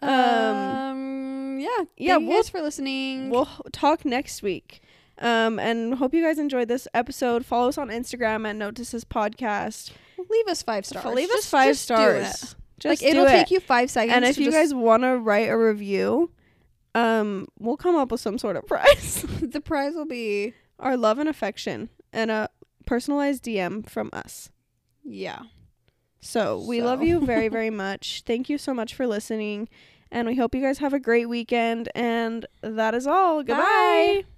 [SPEAKER 2] Um. yeah.
[SPEAKER 1] Um, yeah,
[SPEAKER 2] Thank you
[SPEAKER 1] we'll-
[SPEAKER 2] guys for listening.
[SPEAKER 1] we'll h- talk next week. Um and hope you guys enjoyed this episode. Follow us on Instagram at Notices Podcast.
[SPEAKER 2] leave us five stars.
[SPEAKER 1] Leave us
[SPEAKER 2] Just-
[SPEAKER 1] 5
[SPEAKER 2] just do
[SPEAKER 1] stars.
[SPEAKER 2] it.
[SPEAKER 1] Just
[SPEAKER 2] like it'll
[SPEAKER 1] do
[SPEAKER 2] take
[SPEAKER 1] it.
[SPEAKER 2] you five seconds.
[SPEAKER 1] and
[SPEAKER 2] to
[SPEAKER 1] if you
[SPEAKER 2] just-
[SPEAKER 1] guys want to write a review, um we'll come up with some sort of prize.
[SPEAKER 2] the prize will be
[SPEAKER 1] Our love and affection and a personalized DM from us.
[SPEAKER 2] yeah.
[SPEAKER 1] So we
[SPEAKER 2] So.
[SPEAKER 1] love you very, very much. Thank you so much for listening. And we hope you guys have a great weekend. And that is all. Goodbye.
[SPEAKER 2] Bye.